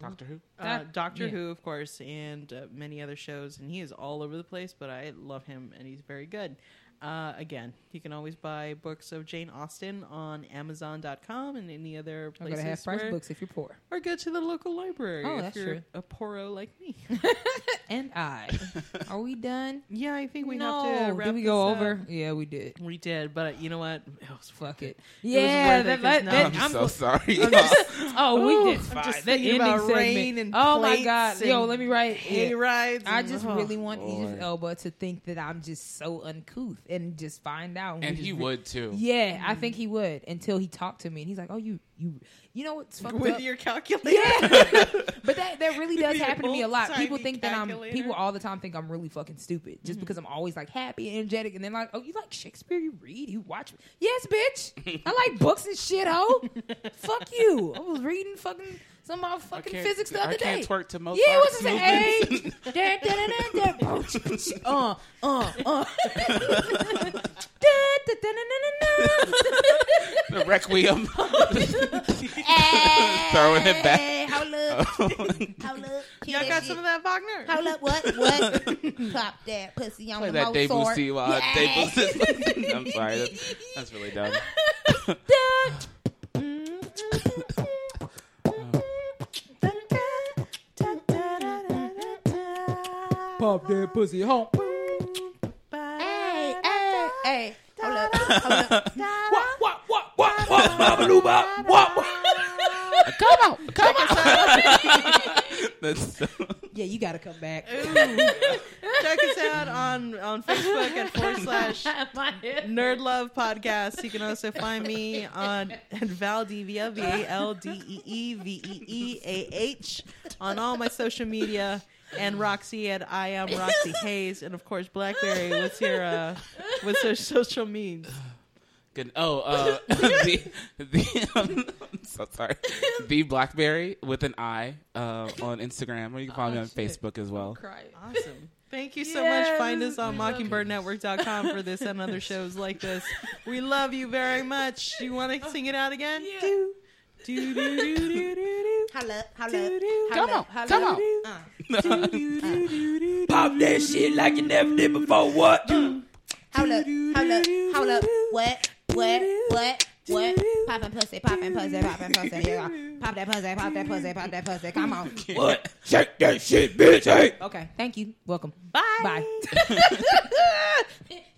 Doctor Who.
uh,
Doc-
Doctor
Ah, yeah.
Who, of course, and uh, many other shows. And he is all over the place, but I love him, and he's very good. Uh, again, you can always buy books of Jane Austen on Amazon.com and any other
I'm
places.
gonna have price
where-
books if you're poor.
or go to the local library
Oh,
if
that's
you're
true.
a poro like me.
And I, are we done?
yeah, I think we
no,
have to wrap
did we go
this up.
over? Yeah, we did.
We did, but uh, you know what? It was
Fuck it.
was
Yeah,
worth it
that,
'cause
that,
now
that-
I'm,
I'm,
so sorry.
oh, we did.
Ooh,
Fine.
I'm just
That
thinking
ending
about
segment.
rain and
oh my
plates
god, yo,
and
let me write.
hay
yeah.
rides.
I
and-
just
oh.
really want Idris
Lord.
Elba to think that I'm just so uncouth and just find out. we
and
just
he
re-
would too.
Yeah, I think he would until he talked to me and he's like, "Oh, you, you, you know what's fucked
with
up."
your calculator.
yeah, but that that really does does happen to me a lot.
old-timey
People think that I'm
calculator.
people all the time think I'm really fucking stupid just because I'm always like happy and energetic, and then like, oh, you like Shakespeare? You read? You watch? Yes, bitch. I like books and shit. Oh, fuck you. I was reading fucking some of my fucking
can't-
physics the
I
other day.
can't twerk to Mozart's
Yeah, it was an
movements.
A. Da, da, da, da, da. Uh, uh, uh. Da, da, da, da, da, da, da.
the Requiem.
Hey,
Throwing it back.
Hold up. Hold up.
Y'all got some of that Wagner.
Hold up, what? What? Pop that pussy on
Play
the
that
Mozart.
Debussy while
Yeah.
Debussy. I'm sorry, that's, that's really dumb.
Pop that pussy home.
Hey, hey, hey. Hold up, hold up.
What, what, what, what, what, babalooba, what, what?
Come on, come on.
That's so,
Yeah, you gotta come back.
Check us out on, on Facebook at forward slash Nerd Love Podcast. You can also find me on at Val Devia, V A L D E E V E E A H, on all my social media, and Roxy at I am Roxy Hayes, and of course Blackberry. What's your uh, what's your social means?
good. Oh, uh, the, the, um, I'm so sorry. The Blackberry with an I uh, on Instagram, or you can
Oh,
follow me on Facebook as well.
Awesome. Thank you so much. Find us on mockingbirdnetwork.com for this and other shows like this. We love you very much. You want to sing it out again? Do, do, do, do, do, do, do.
Hold up, hold
Do,
up.
do,
Come on, come on.
do, do, do, do, do, do.
Pop that shit like you never did before. What?
Hold up, hold up, hold up. What? What? What? What? Poppin' pussy, poppin' pussy, poppin' pussy. Yeah. Pop that pussy, pop that pussy, pop that pussy. Come on.
What? Shake that shit, bitch. Hey.
Okay, thank you. Welcome.
Bye.
Bye.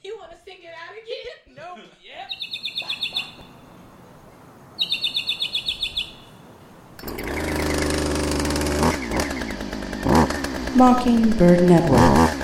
You want to sing it out again? No. Yep.
Mockingbird Network.